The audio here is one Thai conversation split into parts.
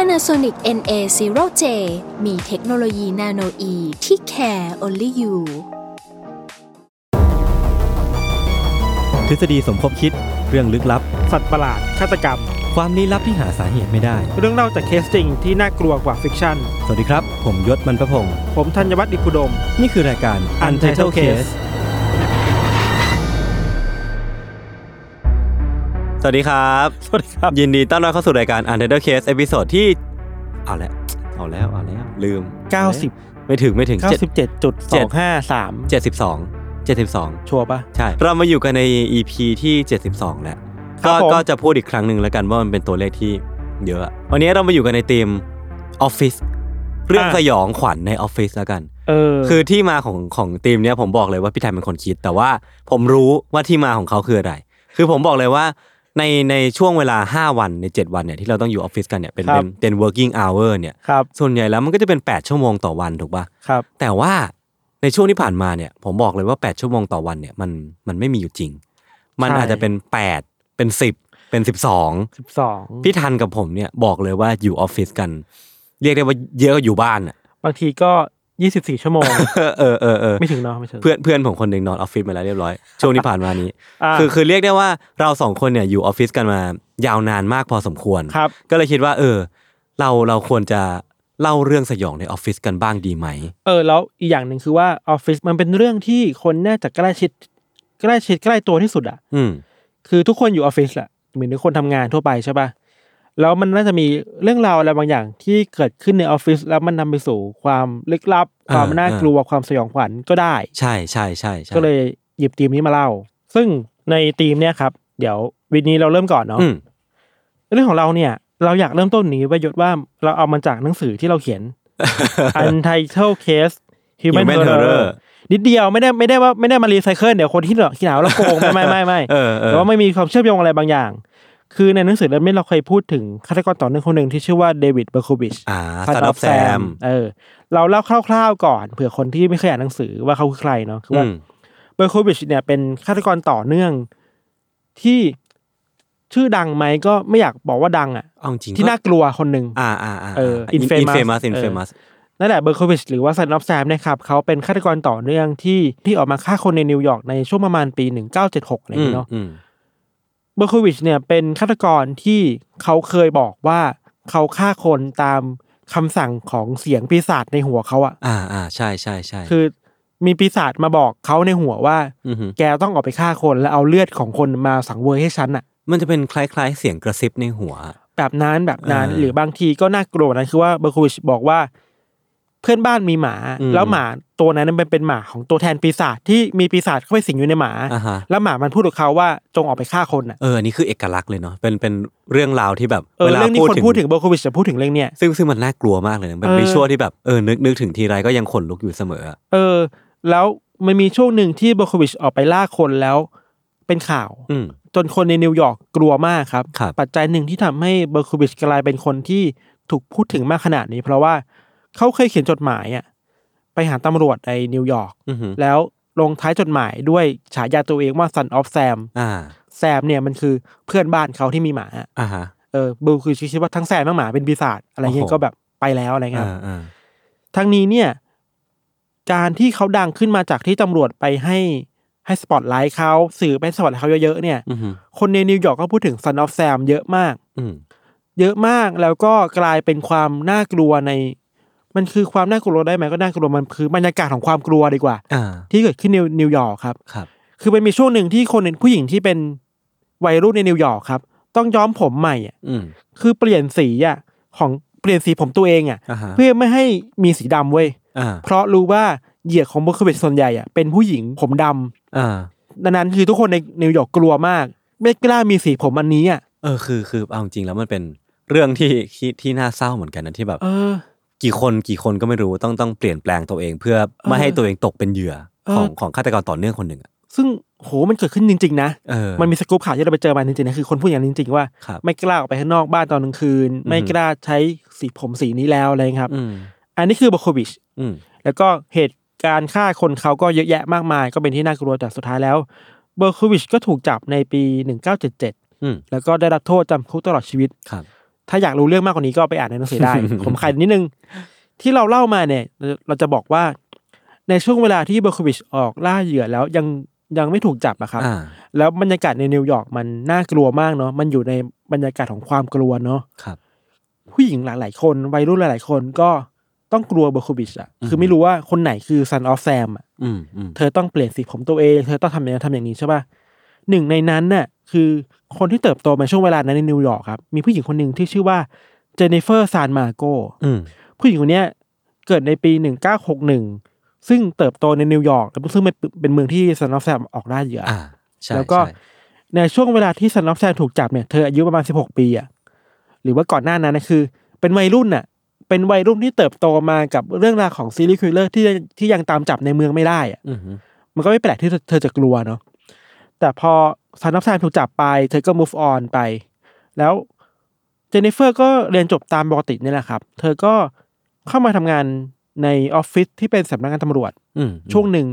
Panasonic NA0J มีเทคโนโลยีนาโนอีที่ care only you ทฤษฎีสมคบคิดเรื่องลึกลับ สัตว์ประหลาด ฆาตกรรม ความลี้ลับที่หาสาเหตุไม่ได้ เรื่องเล่าจากเคสจริงที่น่ากลัวกว่าฟิกชั่น สวัสดีครับ ผมยศมันประพงศ์ ผมธัญวัฒน์อิพุดม นี่คือรายการ Untitled Case สวัสดีครับ สวัสดีครับ ยินดีต้อนรับเข้าสู่รายการ Untitled Case เอพิโซดที่ เอาละเอาแล้วเอาแล้ว ลืม 90 ไม่ถึงไม่ถึง 97จุดสองห้าสาม 7 72 72 ชัวร์ปะ ใช่ เรามาอยู่กันใน EP ที่ 72 แล้ว ครั ก็ บผม ก็จะพูดอีกครั้งหนึ่งแล้วกันว่ามันเป็นตัวเลขที่เยอะ วันนี้เรามาอยู่กันในทีมออฟฟิศเรื่องสยองขวัญในออฟฟิศแล้วกัน เออ คือที่มาของของทีมเนี้ยผมบอกเลยว่าพี่ไทยเป็นคนคิด แต่ว่าผมรู้ว่าที่มาของเขาคืออะไร คือผมบอกเลยว่าในในช่วงเวลา 5 วันใน 7 วันเนี่ยที่เราต้องอยู่ออฟฟิศกันเนี่ยเป็น ครัเป็บนเป็น working hour เนี่ย ครับ ส่วนใหญ่แล้วมันก็จะเป็น 8 ชั่วโมงต่อวันถูกปะ ครับ แต่ว่าในช่วงที่ผ่านมาเนี่ย ผมบอกเลยว่า 8 ชั่วโมงต่อวันเนี่ยมันมันไม่มีอยู่จริง มัน ใช่ อาจจะเป็น 8 เป็น 10 เป็น 12 สิบสอง พี่ทันกับผมเนี่ยบอกเลยว่าอยู่ออฟฟิศกัน เรียกได้ว่าเยอะกว่าอยู่บ้านอ่ะ บางทีก็ยี่สิบสี่ชั่วโมง เออเออเออ ไม่ถึงเนาะไม่ถึง เพื่อนเพื่อนผมคนหนึ่งนอนออฟฟิศมาแล้วเรียบร้อย ช่วงที่ผ่านมานี้ า คือคือเรียกได้ว่าเราสองคนเนี่ยอยู่ออฟฟิศกันมายาวนานมากพอสมควร ครับ ก็เลยคิดว่า เออ เราเราควรจะเล่าเรื่องสยองในออฟฟิศกันบ้างดีไหม เออ แล้วอีกอย่างหนึ่งคือว่าออฟฟิศมันเป็นเรื่องที่คนน่าจะใกล้ชิดใกล้ชิดใกล้ตัวที่สุดอ่ะ อืม คือทุกคนอยู่ออฟฟิศแหละเหมือนทุกคนทำงานทั่วไปใช่ปะ่ะแล้วมันน่าจะมีเรื่องราวอะไรบางอย่างที่เกิดขึ้นในออฟฟิศแล้วมันนำไปสู่ความลึกลับ อ่า ความน่า อ่า กลัวความสยองขวัญก็ได้ ใช่ใช่ใช่ใช่ ก็เลยหยิบธีมนี้มาเล่า ซึ่งในธีมเนี่ยครับ เดี๋ยววิดนี้เราเริ่มก่อนเนาะ อืม เรื่องของเราเนี่ย เราอยากเริ่มต้นนี้ประยศว่าเราเอามันจากหนังสือที่เรา เขียน Untitled Case Human Human Horror Horror นิดเดียวไม่ได้ไม่ได้ว่าไม่ได้มารีไซเคิลเดี๋ยวคนที่เหนอขี้หนาวเราโกง ไม่ไม่ไม่ไม่ เออเออ แต่ว่าไม่มีความเชื่อมโยงอะไรบางอย่าง คือในหนังสือเล่มนี้เราเคยพูดถึงฆาตกรต่อเนื่องคนหนึ่งที่ชื่อว่าเดวิดเบอร์คูบิช อ่าสตับแซม เออ เราเล่าคร่าวๆก่อนเผื่อคนที่ไม่เคยอ่านหนังสือว่าเขาคือใครเนาะ คือว่า อืม เบอร์คูบิชเนี่ยเป็นฆาตกรต่อเนื่องที่ชื่อดังไหมก็ไม่อยากบอกว่าดังอ่ะ เอาจริง ที่น่ากลัวคนหนึ่ง อ่าอ่าอ่า เออ อินเฟ infamous มัสอินเฟมัส นั่นแหละเบอร์โควิชหรือว่าซันนอฟแซมนะครับเขาเป็นฆาตกรต่อเนื่องที่ที่ออกมาฆ่าคนในนิวยอร์กในช่วงประมาณปี 1976อะไรอย่างเงี้ยเนาะ เบอร์โควิชเนี่ยเป็นฆาตกรที่เขาเคยบอกว่าเขาฆ่าคนตามคำสั่งของเสียงปีศาจในหัวเขาอะ อ่าอ่าใช่ใช่ใช่ คือมีปีศาจมาบอกเขาในหัวว่า อหือ แกต้องออกไปฆ่าคนแล้วเอาเลือดของคนมาสังเวยให้ฉันอะ มันจะเป็นคล้ายๆ เสียงกระซิบในหัว แบบนั้นแบบนั้น เออ หรือบางทีก็น่ากลัวนะคือว่าเบอร์โควิชบอกว่า เพื่อนบ้านมีหมา อืม แล้วหมาตัวนั้นมันเป็นหมาของตัวแทนปีศาจที่มีปีศาจเข้าไปสิงอยู่ในหมา อ่าฮะ แล้วหมามันพูดกับเขาว่าจงออกไปฆ่าคนอะ เอออันนี้คือเอกลักษณ์เลยเนาะเป็นเป็นเรื่องราวที่แบบ เออเรื่องนี้คนพูดถึงเบอร์โควิชจะพูดถึงเรื่องเนี้ย ซึ่งซึ่งมันน่ากลัวมากเลยนะเป็น เออ วิชวลที่แบบเออนึกนึกถึงทีไรก็ยังขนลุกอยู่เสมออะ เออแล้วมันมีช่วงหนึ่งที่เบอร์โควิชออกไปล่าคนแล้วเป็นข่าว อืม จนคนในนิวยอร์กกลัวมากครับ ครับ ปัจจัยหนึ่งที่ทำให้เบอร์โควิชกลายเป็นคนที่ถูกพูดถึงมากขนาดนี้ เพราะว่าเขาเคยเขียนจดหมายอะไปหาตำรวจในนิวยอร์ก อือหือ แล้วลงท้ายจดหมายด้วยฉายาตัวเองว่า Son of Sam อ่า แซมเนี่ยมันคือเพื่อนบ้านเขาที่มีหมา อ่าฮะ เออเบอร์โควิชคิดว่าทั้งแซมทั้งหมาเป็นปีศาจอะไรเงี้ย โอ้โห ก็แบบไปแล้วอะไรเงี้ยค อ่า รับ อ่า ทั้งนี้เนี่ยการที่เขาดังขึ้นมาจากที่ตำรวจไปให้ให้สปอตไลท์เขาสื่อไปสปอตไลท์เขาเยอะๆเนี่ย อือหือ คนในนิวยอร์กก็พูดถึงซันอ f แซมเยอะมาก อืม เยอะมากแล้วก็กลายเป็นความน่ากลัวใน มันคือความน่ากลัวได้ไหมก็น่ากลัวมันคือบรรยากาศของความกลัวดีกว่า อ่า ที่เกิดขึ้นในนิวยอร์กครับ ครับ คือมันมีช่วงหนึ่งที่คนผู้หญิงที่เป็นวัยรุ่นในนิวยอร์กครับ ต้องย้อมผมใหม่อะ อืม คือเปลี่ยนสีอะของเปลี่ยนสีผมตัวเองอะ อ่าฮะ เพื่อไม่ให้มีสีดำเว้ย อ่า เพราะรู้ว่าเหยื่อของเบอร์โควิชส่วนใหญ่อะเป็นผู้หญิงผมดำ อ่า ดังนั้นคือทุกคนในนิวยอร์กกลัวมาก ไม่กล้ามีสีผมอันนี้อ่ะ เออคือคือเอาจริงๆแล้วมันเป็นเรื่องที่ที่ที่น่าเศร้าเหมือนกันนะที่แบบ เออ กี่คนกี่คนก็ไม่รู้ต้องต้องเปลี่ยนแปลงตัวเองเพื่อไม่ให้ตัวเองตกเป็นเหยื่อของ เออ ของฆาตกรต่อเนื่องคนหนึ่งอะ ซึ่งโหมันเกิดขึ้นจริง ๆ นะ เออ มันมีสกู๊ปข่าวที่เราไปเจอมาจริงๆนะคือคนพูดอย่างนั้นจริง ๆ ว่า ครับ ไม่กล้าออกไปข้างนอกบ้านตอนกลางคืน ไม่ อืม กล้าใช้สีผมสีนี้แล้วอะไรครับ อืม อันนี้คือโบโควิช อืม แล้วก็เหตุการณ์ฆ่าคนเขาก็เยอะแยะมากมาย ก็เป็นที่น่ากลัวแต่สุดท้ายแล้วเบอร์โควิชก็ถูกจับในปี 1977 อืม แล้วก็ได้รับโทษจำคุกตลอดชีวิต ครับ ถ้าอยากรู้เรื่องมากกว่านี้ก็ไปอ่านในหนั งสือได้ ผมขายนิดนึง ที่เราเล่ามาเนี่ย เราจะบอกว่าในช่วงเวลาที่เบอร์โควิชออกล่าเหยื่อแล้วยังยังไม่ถูกจับอะครับ อ่า แล้วบรรยากาศในนิวยอร์กมันน่ากลัวมากเนาะมันอยู่ในบรรยากาศของความกลัวเนาะ ครับ ผู้หญิงหลาย ๆ คน วัยรุ่นหลาย ๆ คนก็ต้องกลัวเบอร์โควิชอ่ะ อืม คือไม่รู้ว่าคนไหนคือซันออฟแซมอ่ะ อืมอืม เธอต้องเปลี่ยนสีผมตัวเอง เธอต้องทำอย่างนี้นทำอย่างนี้ใช่ป่ะหนึ่งในนั้นน่ะคือคนที่เติบโตมาช่วงเวลานั้นในนิวยอร์กครับ มีผู้หญิงคนหนึ่งที่ชื่อว่าเจเนฟเฟอร์ซานมาโก อืม ผู้หญิงคนเนี้ยเกิดในปี 1961 ซึ่งเติบโตในนิวยอร์กแล้วซึ่งเป็นเป็นเมืองที่ซันออฟแซมออกล่าเหยื่ออ อ่าใช่ แล้วก็ ใช่ ในช่วงเวลาที่ซันนอฟแซมถูกจับเนี่ยเธออายุประมาณสิบหกปีอะหรือว่าก่อนหน้านั้นนะคือ เป็นวัยรุ่นน่ะ เป็นวัยรุ่นที่เติบโตมากับเรื่องราวของซีรีส์คิลเลอร์ที่ยังที่ยังตามจับในเมืองไม่ได้อะ อืม มันก็ไม่แปลกที่เธอเธอจะกลัวเนาะแต่พอซันนอฟแซมถูกจับไป เธอก็ move on ไป แล้วเจนนิเฟอร์ก็เรียนจบตามปกตินี่แหละครับ เธอก็เข้ามาทำงานในออฟฟิศที่เป็นสำนักงานตำรวจ อืม ช่วงหนึ่ง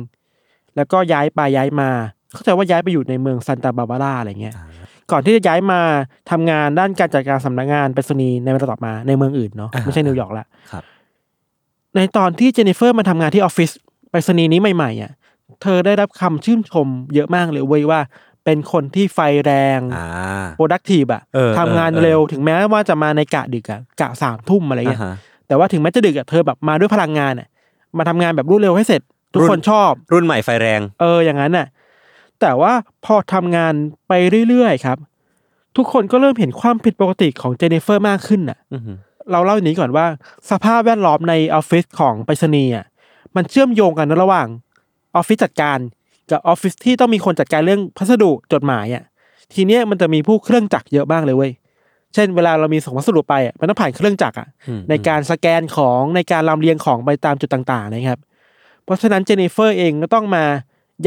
แล้วก็ย้ายไปย้ายมา เข้าใจว่าย้ายไปอยู่ในเมืองซันตาบาบาร่าอะไรเงี้ย ก่อนที่จะย้ายมาทำงานด้านการจัดการสำนักงานไปรษณีย์ในเวลาต่อมาในเมืองอื่นเนาะไม่ใช่นิวยอร์กละ ครับ ในตอนที่เจนนิเฟอร์มาทำงานที่ออฟฟิศไปรษณีย์นี้ใหม่ๆอ่ะเธอได้รับคำชื่นชมเยอะมากเลยเว้ยว่า เป็นคนที่ไฟแรง อ่า productive อ่ะ เออ ทำงาน เออเออ เร็วถึงแม้ว่าจะมาในกะดึกอะกะสามทุ่มอะไรเงี้ย อ่าฮะ แต่ว่าถึงแม้จะดึกอะเธอแบบมาด้วยพลังงานอ่ะมาทำงานแบบรวดเร็วให้เสร็จ ทุก รุ่น คนชอบ รุ่นใหม่ไฟแรง เอออย่างนั้นน่ะ แต่ว่าพอทำงานไปเรื่อยๆครับ ทุกคนก็เริ่มเห็นความผิดปกติของเจเนฟเฟอร์มากขึ้นน่ะ อืม เราเล่าอย่างนี้ก่อนว่า สภาพแวดล้อมในออฟฟิศของไปรษณีย์อ่ะมันเชื่อมโยงกันนะระหว่างออฟฟิศจัดการกับออฟฟิศที่ต้องมีคนจัดการเรื่องพัสดุจดหมายอ่ะทีเนี้ยมันจะมีผู้เครื่องจักรเยอะมากเลยเว้ยเช่นเวลาเรามีส่งพัสดุไปอ่ะมันต้องผ่านเครื่องจักรอ่ะ อืม ในการสแกนของในการลำเลียงของไปตามจุดต่างๆนะครับ เพราะฉะนั้นเจเนฟเฟอร์เองก็ต้องมา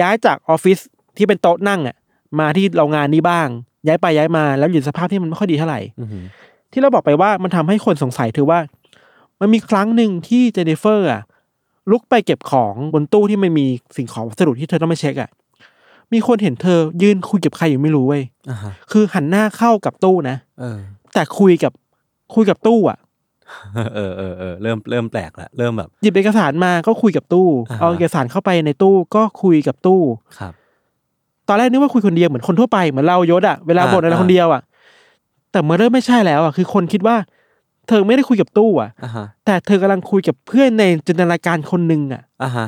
ย้ายจากออฟฟิศที่เป็นโต๊ะนั่งอ่ะมาที่โรงงานนี้บ้าง ย้ายไปย้ายมาแล้วอยู่ในสภาพที่มันไม่ค่อยดีเท่าไหร่ อืม ที่เราบอกไปว่ามันทำให้คนสงสัยถือว่า มันมีครั้งหนึ่งที่เจเนฟเฟอร์อ่ะลุกไปเก็บของบนตู้ที่มันมีสิ่งของวัสดุที่เธอต้องไปเช็คอ่ะมีคนเห็นเธอยืนคุยกับใครอยู่ไม่รู้เว้ย อ่าฮะ คือหันหน้าเข้ากับตู้นะ เออ แต่คุยกับคุยกับตู้อ่ะ เออเออเออเริ่มเริ่มแปลกละเริ่มแบบ หยิบเอกสารมาก็คุยกับตู้ อ่าฮะ เอาเอกสารเข้าไปในตู้ก็คุยกับตู้ ครับ ตอนแรกนึกว่าคุยคนเดียวเหมือนคนทั่วไปเหมือนเรายศอะเวลา อ่า บ่นอะไร อ่า คนเดียวอะแต่เมื่อเริ่มไม่ใช่แล้วอะคือคนคิดว่า เธอไม่ได้คุยกับตู้อะ อ่าฮะ แต่เธอกำลังคุยกับเพื่อนในจินตนาการคนหนึ่งอะ อ่าฮะ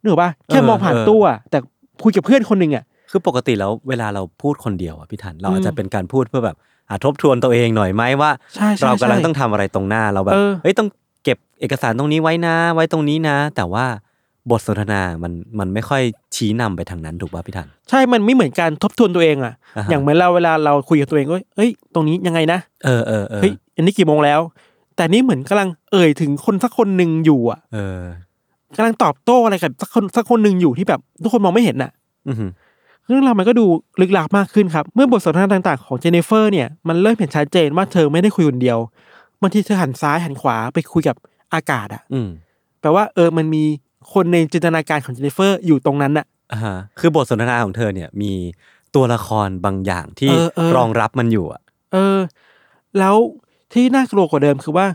นึกออกปะแค่ เออ มองผ่าน เออ ตู้อะแต่คุยกับเพื่อนคนหนึ่งอะ คือปกติแล้วเวลาเราพูดคนเดียวอะพี่ทันเราอาจ อืม จะเป็นการพูดเพื่อแบบอ่ะทบทวนตัวเองหน่อยไหมว่า ใช่ใช่ เรากำลัง ใช่ ต้องทำอะไรตรงหน้าเราแบบ เออ เฮ้ยต้องเก็บเอกสารตรงนี้ไว้นะ ไว้ตรงนี้นะ แต่ว่าบทสนทนามันมันไม่ค่อยชี้นำไปทางนั้นถูกป่ะพี่ทัน ใช่มันไม่เหมือนการทบทวนตัวเองอะ อ่าฮะ อย่างเหมือนเราเวลาเราคุยกับตัวเองก็เอ้ยตรงนี้ยังไงนะ เออเออเออ เฮ้ยอันนี้กี่โมงแล้ว แต่นี่เหมือนกำลังเอ่ยถึงคนสักคนหนึ่งอยู่อะ เออก ำลังตอบโต้อะไรกับสักคนสักคนหนึ่งอยู่ที่แบบ ทุกคนมองไม่เห็นน่ะ อือหือ เรื่องราวมันก็ดูลึกลับมากขึ้นครับ เมื่อบทสนทนาต่าง ๆ ของเจเนฟเฟอร์เนี่ยมันเริ่มเห็นชัดเจนว่าเธอไม่ได้คุยคนเดียวบางทีเธอหันซ้ายหันขวาไปคุยกับอากาศอะ อืม แปลว่าเออมันมีคนในจินตนาการของเจเนฟเฟอร์อยู่ตรงนั้นน่ะ อ่าฮะคือบทสนทนาของเธอเนี่ยมีตัวละครบางอย่างที่ เออเออ รองรับมันอยู่อะ เออ แล้วที่น่ากลัวกว่าเดิมคือว่า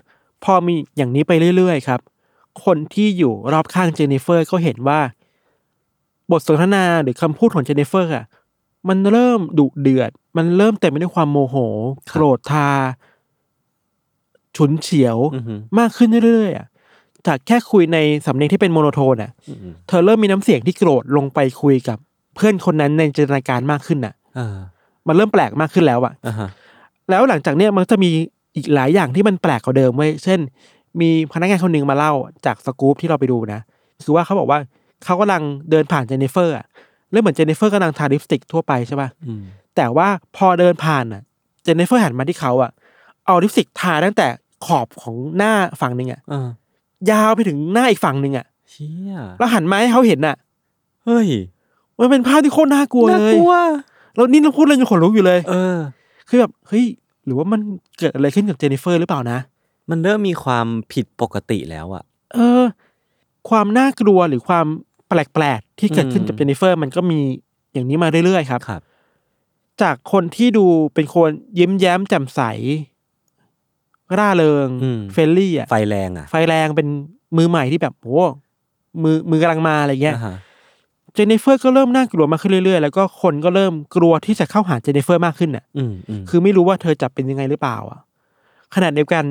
พอมีอย่างนี้ไปเรื่อยๆครับ คนที่อยู่รอบข้างเจเนฟเฟอร์ก็เห็นว่า บทสนทนาหรือคำพูดของเจเนฟเฟอร์อะมันเริ่มดุเดือด มันเริ่มเต็มไปด้วยความโมโห โกรธทา ฉุนเฉียว อือหือ มากขึ้นเรื่อยๆอะจากแค่คุยในสำเนียงที่เป็นโมโนโทนอะ อือหือ เธอเริ่มมีน้ำเสียงที่โกรธลงไปคุยกับ เพื่อนคนนั้นในจินตนาการมากขึ้นอะ เออ มันเริ่มแปลกมากขึ้นแล้วอะ อ่าฮะ แล้วหลังจากเนี้ยมันจะมีอีกหลายอย่างที่มันแปลกกว่าเดิมเว้ย เช่น มีพนักงานคนหนึ่งมาเล่าจากสกู๊ปที่เราไปดูนะ คือว่าเขาบอกว่าเขากำลังเดินผ่านเจเนฟเฟอร์อะแล้วเหมือนเจเนฟเฟอร์กำลังทาลิปสติกทั่วไปใช่ป่ะ อืม แต่ว่าพอเดินผ่านอ่ะ เจเนฟเฟอร์หันมาที่เขาอ่ะ เอาลิปสติกทาตั้งแต่ ขอบของหน้าฝั่งหนึ่งอ่ะ เออย าวไปถึงหน้าอีกฝั่งหนึ่งอ่ะ เชี่ย แล้วหันมาให้เขาเห็นอ่ะ เฮ้ย มันเป็นภาพที่โคตรน่ากลัว น่า เลย กลัว แล้วนี่เราพูดเลยจนขนลุกอยู่เลย เออ คือแบบเฮ้ยหรือว่ามันเกิดอะไรขึ้นกับเจนนิเฟอร์หรือเปล่านะ มันเริ่มมีความผิดปกติแล้วอะ เออ ความน่ากลัวหรือความแปลกๆที่เกิดขึ้นกับ อืม เจนนิเฟอร์ มันก็มีอย่างนี้มาเรื่อยๆครับ ครับ จากคนที่ดูเป็นคนยิ้มแย้มแจ่มใส ร่าเริง อืม เฟรนลี่อ่ะ ไฟแรงอะ ไฟแรงเป็นมือใหม่ที่แบบโอ้มือมือกำลังมาอะไรเงี้ย อ่าฮะ เจนนิเฟอร์ก็เริ่มน่ากลัวมากขึ้นเรื่อยๆ แล้วก็คนก็เริ่มกลัวที่จะเข้าหาเจนนิเฟอร์มากขึ้นอ่ะ อืมอืม คือไม่รู้ว่าเธอจะเป็นยังไงหรือเปล่าอ่ะขณะเดียวกัน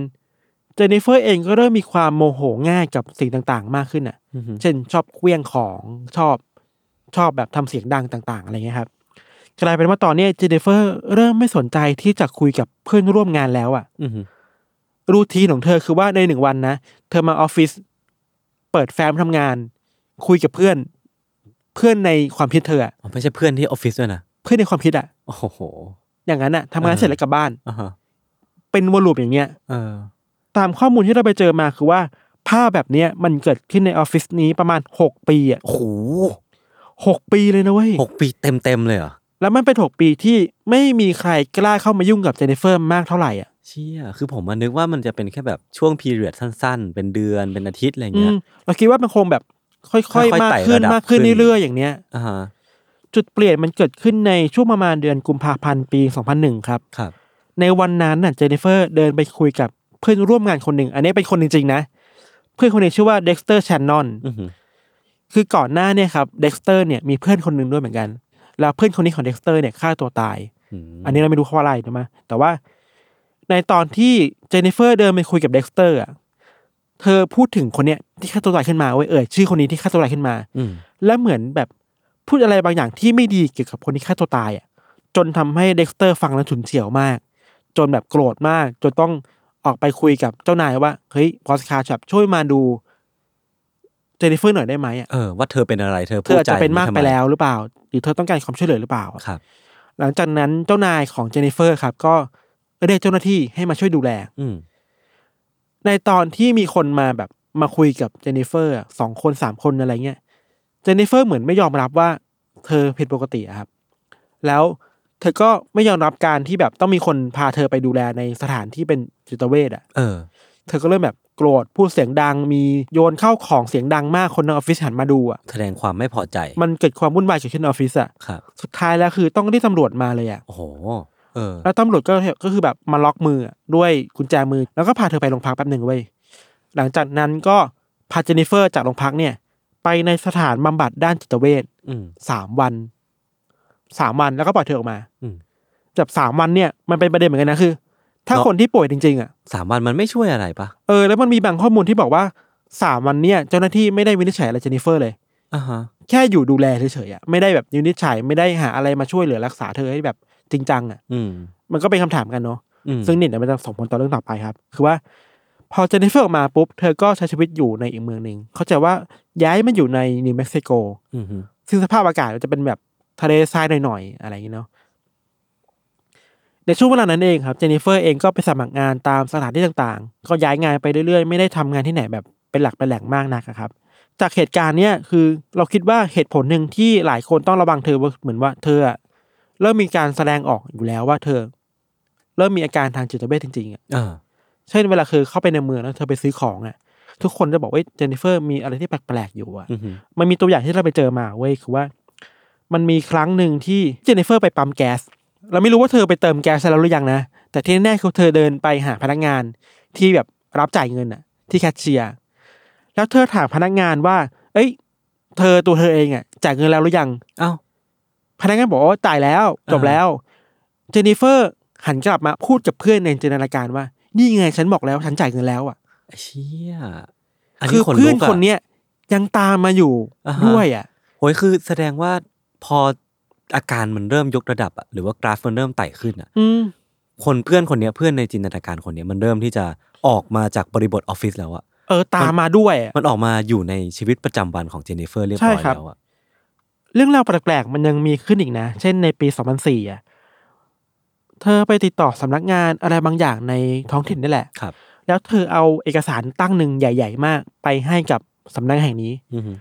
เจนนิเฟอร์เองก็เริ่มมีความโมโหง่ายกับสิ่งต่างๆ มากขึ้นอ่ะ ม เช่นชอบเคลี้ยงของชอบชอบแบบทำเสียงดังต่างๆ อะไรเงี้ยครับกลายเป็นว่าตอนเนี้เจเนฟเฟอร์เริ่มไม่สนใจที่จะคุยกับเพื่อนร่วมงานแล้วอะ อืม รูทีนของเธอคือว่าในหนึ่งวันนะ เธอมาออฟฟิศเปิดแฟ้มทำงาน คุยกับเพื่อน เพื่อนในความคิดเธออะ อ๋อไม่ใช่เพื่อนที่ออฟฟิศด้วยนะ เพื่อนในความคิดอะ โอ้โห อย่างนั้นอะทำงานเสร็จแล้วกลับบ้าน อ่าฮะ เป็นวนลูปอย่างเงี้ย เออ ตามข้อมูลที่เราไปเจอมาคือว่าภาพแบบเนี้ยมันเกิดขึ้นในออฟฟิศนี้ประมาณหกปีอะ โอ้โห หกปีเลยนะเว้ย หกปีเต็มเต็มๆเลยเหรอ แล้วมันเป็นหกปีที่ไม่มีใครกล้าเข้ามายุ่งกับเจเนฟเฟอร์มากเท่าไหร่อ่ะ เชี่ย คือผมมานึกว่ามันจะเป็นแค่แบบช่วงพีเรียดสั้นๆ เป็นเดือน เป็นอาทิตย์อะไร อื เงี้ย มเราคิดว่ามันคงแบบค่ ค่ อ อยย ๆ ๆ มาก ไต่ ขึ้น ระดับ มากขึ้น ขึ้น เรื่อยๆอย่างเนี้ย อ่าฮะ จุดเปลี่ยนมันเกิดขึ้นในช่วงประมาณเดือนกุมภาพันธ์ปี 2001 ครับ ครับ ในวันนั้นน่ะเจเนฟเฟอร์เดินไปคุยกับเพื่อนร่วมงานคนหนึ่ง อันนี้เป็นคนจริงๆนะ เพื่อนคนนี้ชื่อว่าเด็กสเตอร์แชนนอน อือหือ คือก่อนหน้าเนี่ยครับเด็กสเตอร์เนี่ยมีเพื่อนคนหนึ่งด้วยเหมือนกัน แล้วเพื่อนคนนี้ของเด็กสเตอร์เนี่ยฆ่าตัวตาย ม อันนี้เราไม่รู้เพราะอะไรนะมาแต่ว่าในตอนที่เจนนิเฟอร์เดินไปคุยกับเด็กสเตอร์อ่ะ เธอพูดถึงคนเนี้ยที่ฆ่าตัวตายขึ้นมาเว้ยเออชื่อคนนี้ที่ฆ่าตัวตายขึ้นมา อืม และเหมือนแบบพูดอะไรบางอย่างที่ไม่ดีเกี่ยวกับคนที่ฆ่าตัวตายอ่ะ จนทำให้เด็กสเตอร์ฟังแล้วฉุนเฉียวมาก จนแบบโกรธมาก จนต้องออกไปคุยกับเจ้านายว่าเฮ้ยพอสคาชับช่วยมาดูเจนนิเฟอร์หน่อยได้ไหมอ่ะ เออ ว่าเธอเป็นอะไร เธอ เธ พูด ออาจ จ จะเป็นมาก ทำ ไปแล้วหรือเปล่า หรือเธอต้องการความช่วยเหลือหรือเปล่าอะ ครับ หลังจากนั้นเจ้านายของเจนนิเฟอร์ครับ ก็เรียกเจ้าหน้าที่ให้มาช่วยดูแล อืม ในตอนที่มีคนมาแบบมาคุยกับเจนนิเฟอร์อะสองคนสามคนอะไรเงี้ยเจนนิเฟอร์เหมือนไม่ยอมรับว่าเธอผิดปกติอะครับ แล้วเธอก็ไม่ยอมรับการที่แบบต้องมีคนพาเธอไปดูแลในสถานที่เป็นจิตเวชอ่ะ เออ เธอก็เริ่มแบบโกรธพูดเสียงดัง มีโยนเข้าของเสียงดังมากคนในออฟฟิศหันมาดูอ่ะ แสดงความไม่พอใจ มันเกิดความวุ่นวายเกิดขึ้นในออฟฟิศอ่ะ ครับ สุดท้ายแล้วคือต้องเรียกตำรวจมาเลยอ่ะ โอ้โห เออ แล้วตำรวจก็ก็คือแบบมาล็อกมืออะด้วยกุญแจมือ แล้วก็พาเธอไปโรงพักแป๊บหนึ่งเว้ยหลังจากนั้นก็พาเจนนิเฟอร์จากโรงพักเนี่ย ไปในสถานบำบัดด้านจิตเวช อืม สามวันสามวันแล้วก็ปล่อยเธอออกมา อืม จากสามวันเนี่ยมันเป็นประเด็นเหมือนกันนะคือ ถ้าคนที่ป่วยจริงๆอ่ะ สามวันมันไม่ช่วยอะไรปะ เออแล้วมันมีบางข้อมูลที่บอกว่าสามวันเนี่ยเจ้าหน้าที่ไม่ได้วินิจฉัยอะไรเจนนิเฟอร์เลย อ่าฮะ แค่อยู่ดูแลเฉยๆอ่ะไม่ได้แบบวินิจฉัยไม่ได้หาอะไรมาช่วยเหลือรักษาเธอให้แบบจริงจังอ่ะ อืม มันก็เป็นคำถามกันเนาะ อืม ซึ่งเนี่ยเดี๋ยวมันจะส่งผลต่อเรื่องต่อไปครับ คือว่า พอเจนนิเฟอร์ออกมาปุ๊บ เธอก็ใช้ชีวิตอยู่ในอีกเมืองหนึ่ง เข้าใจว่าย้ายมาอยู่ในนิวเม็กซิโก อืมฮึ ซึ่งสภาพอากาศมันจะเป็นแบบทะเลทรายหน่อยๆ อะไรอย่างนี้เนาะ ในช่วงเวลานั้นเองครับเจนนิเฟอร์เองก็ไปสมัครงานตามสถานที่ต่างๆ ก็ย้ายงานไปเรื่อยๆ ไม่ได้ทำงานที่ไหนแบบเป็นหลักเป็นแหล่งมากนักอะครับ จากเหตุการณ์เนี้ยคือเราคิดว่าเหตุผลหนึ่งที่หลายคนต้องระวังเธอว่าเหมือนว่าเธออะเริ่มมีการแสดงออกอยู่แล้วว่าเธอ เริ่มมีอาการทางจิตเวชจริงๆอะ อ่า เช่นเวลาคือเข้าไปในเมืองแล้วเธอไปซื้อของอ่ะ ทุกคนจะบอกว่าเจนนิเฟอร์มีอะไรที่แปลกๆอยู่อ่ะ อืมฮึ มันมีตัวอย่างที่เราไปเจอมาเว้ยคือว่า มันมีครั้งหนึ่งที่เจนนิเฟอร์ไปปั๊มแก๊สเราไม่รู้ว่าเธอไปเติมแก๊สแล้วหรือยังนะแต่ที่แน่ๆคือเธอเดินไปหาพนักงานที่แบบรับจ่ายเงินอ่ะ ที่แคชเชียร์แล้วเธอถามพนักงานว่า เอ้ย เธอตัวเธอเองอ่ะจ่ายเงินแล้วหรือยัง เอ้า พนักงานบอกว่าจ่ายแล้วจบแล้ว เจนนิเฟอร์หันกลับมาพูดกับเพื่อนในจินตนาการว่า นี่ไงฉันบอกแล้วฉันจ่ายเงินแล้วอ่ะ เชี่ยอัน คื นี้ อ ขนลุกะ เพื่อนคนเนี้ยยังตามมาอยู่ อ่าฮะ ด้วยอ่ะ โหยคือแสดงว่าพออาการมันเริ่มยกระดับอะหรือว่ากราฟมันเริ่มไต่ขึ้นอะ อืม คนเพื่อนคนเนี้ยเพื่อนในจินตนาการคนเนี้ยมันเริ่มที่จะออกมาจากบริบทออฟฟิศแล้วอะ เออตามมาด้วยอะ มันออกมาอยู่ในชีวิตประจำวันของเจนนิเฟอร์เรียบร้อย ใช่ครับ แล้วอะ เรื่องราวแปลกๆมันยังมีขึ้นอีกนะ เช่นในปี 2004อ่ะ เธอไปติดต่อสำนักงานอะไรบางอย่างในท้องถิ่นนี่แหละ ครับ แล้วเธอเอาเอกสารตั้งหนึ่งใหญ่ ๆ มาก ไปให้กับสำนักแห่งนี้ อือหือ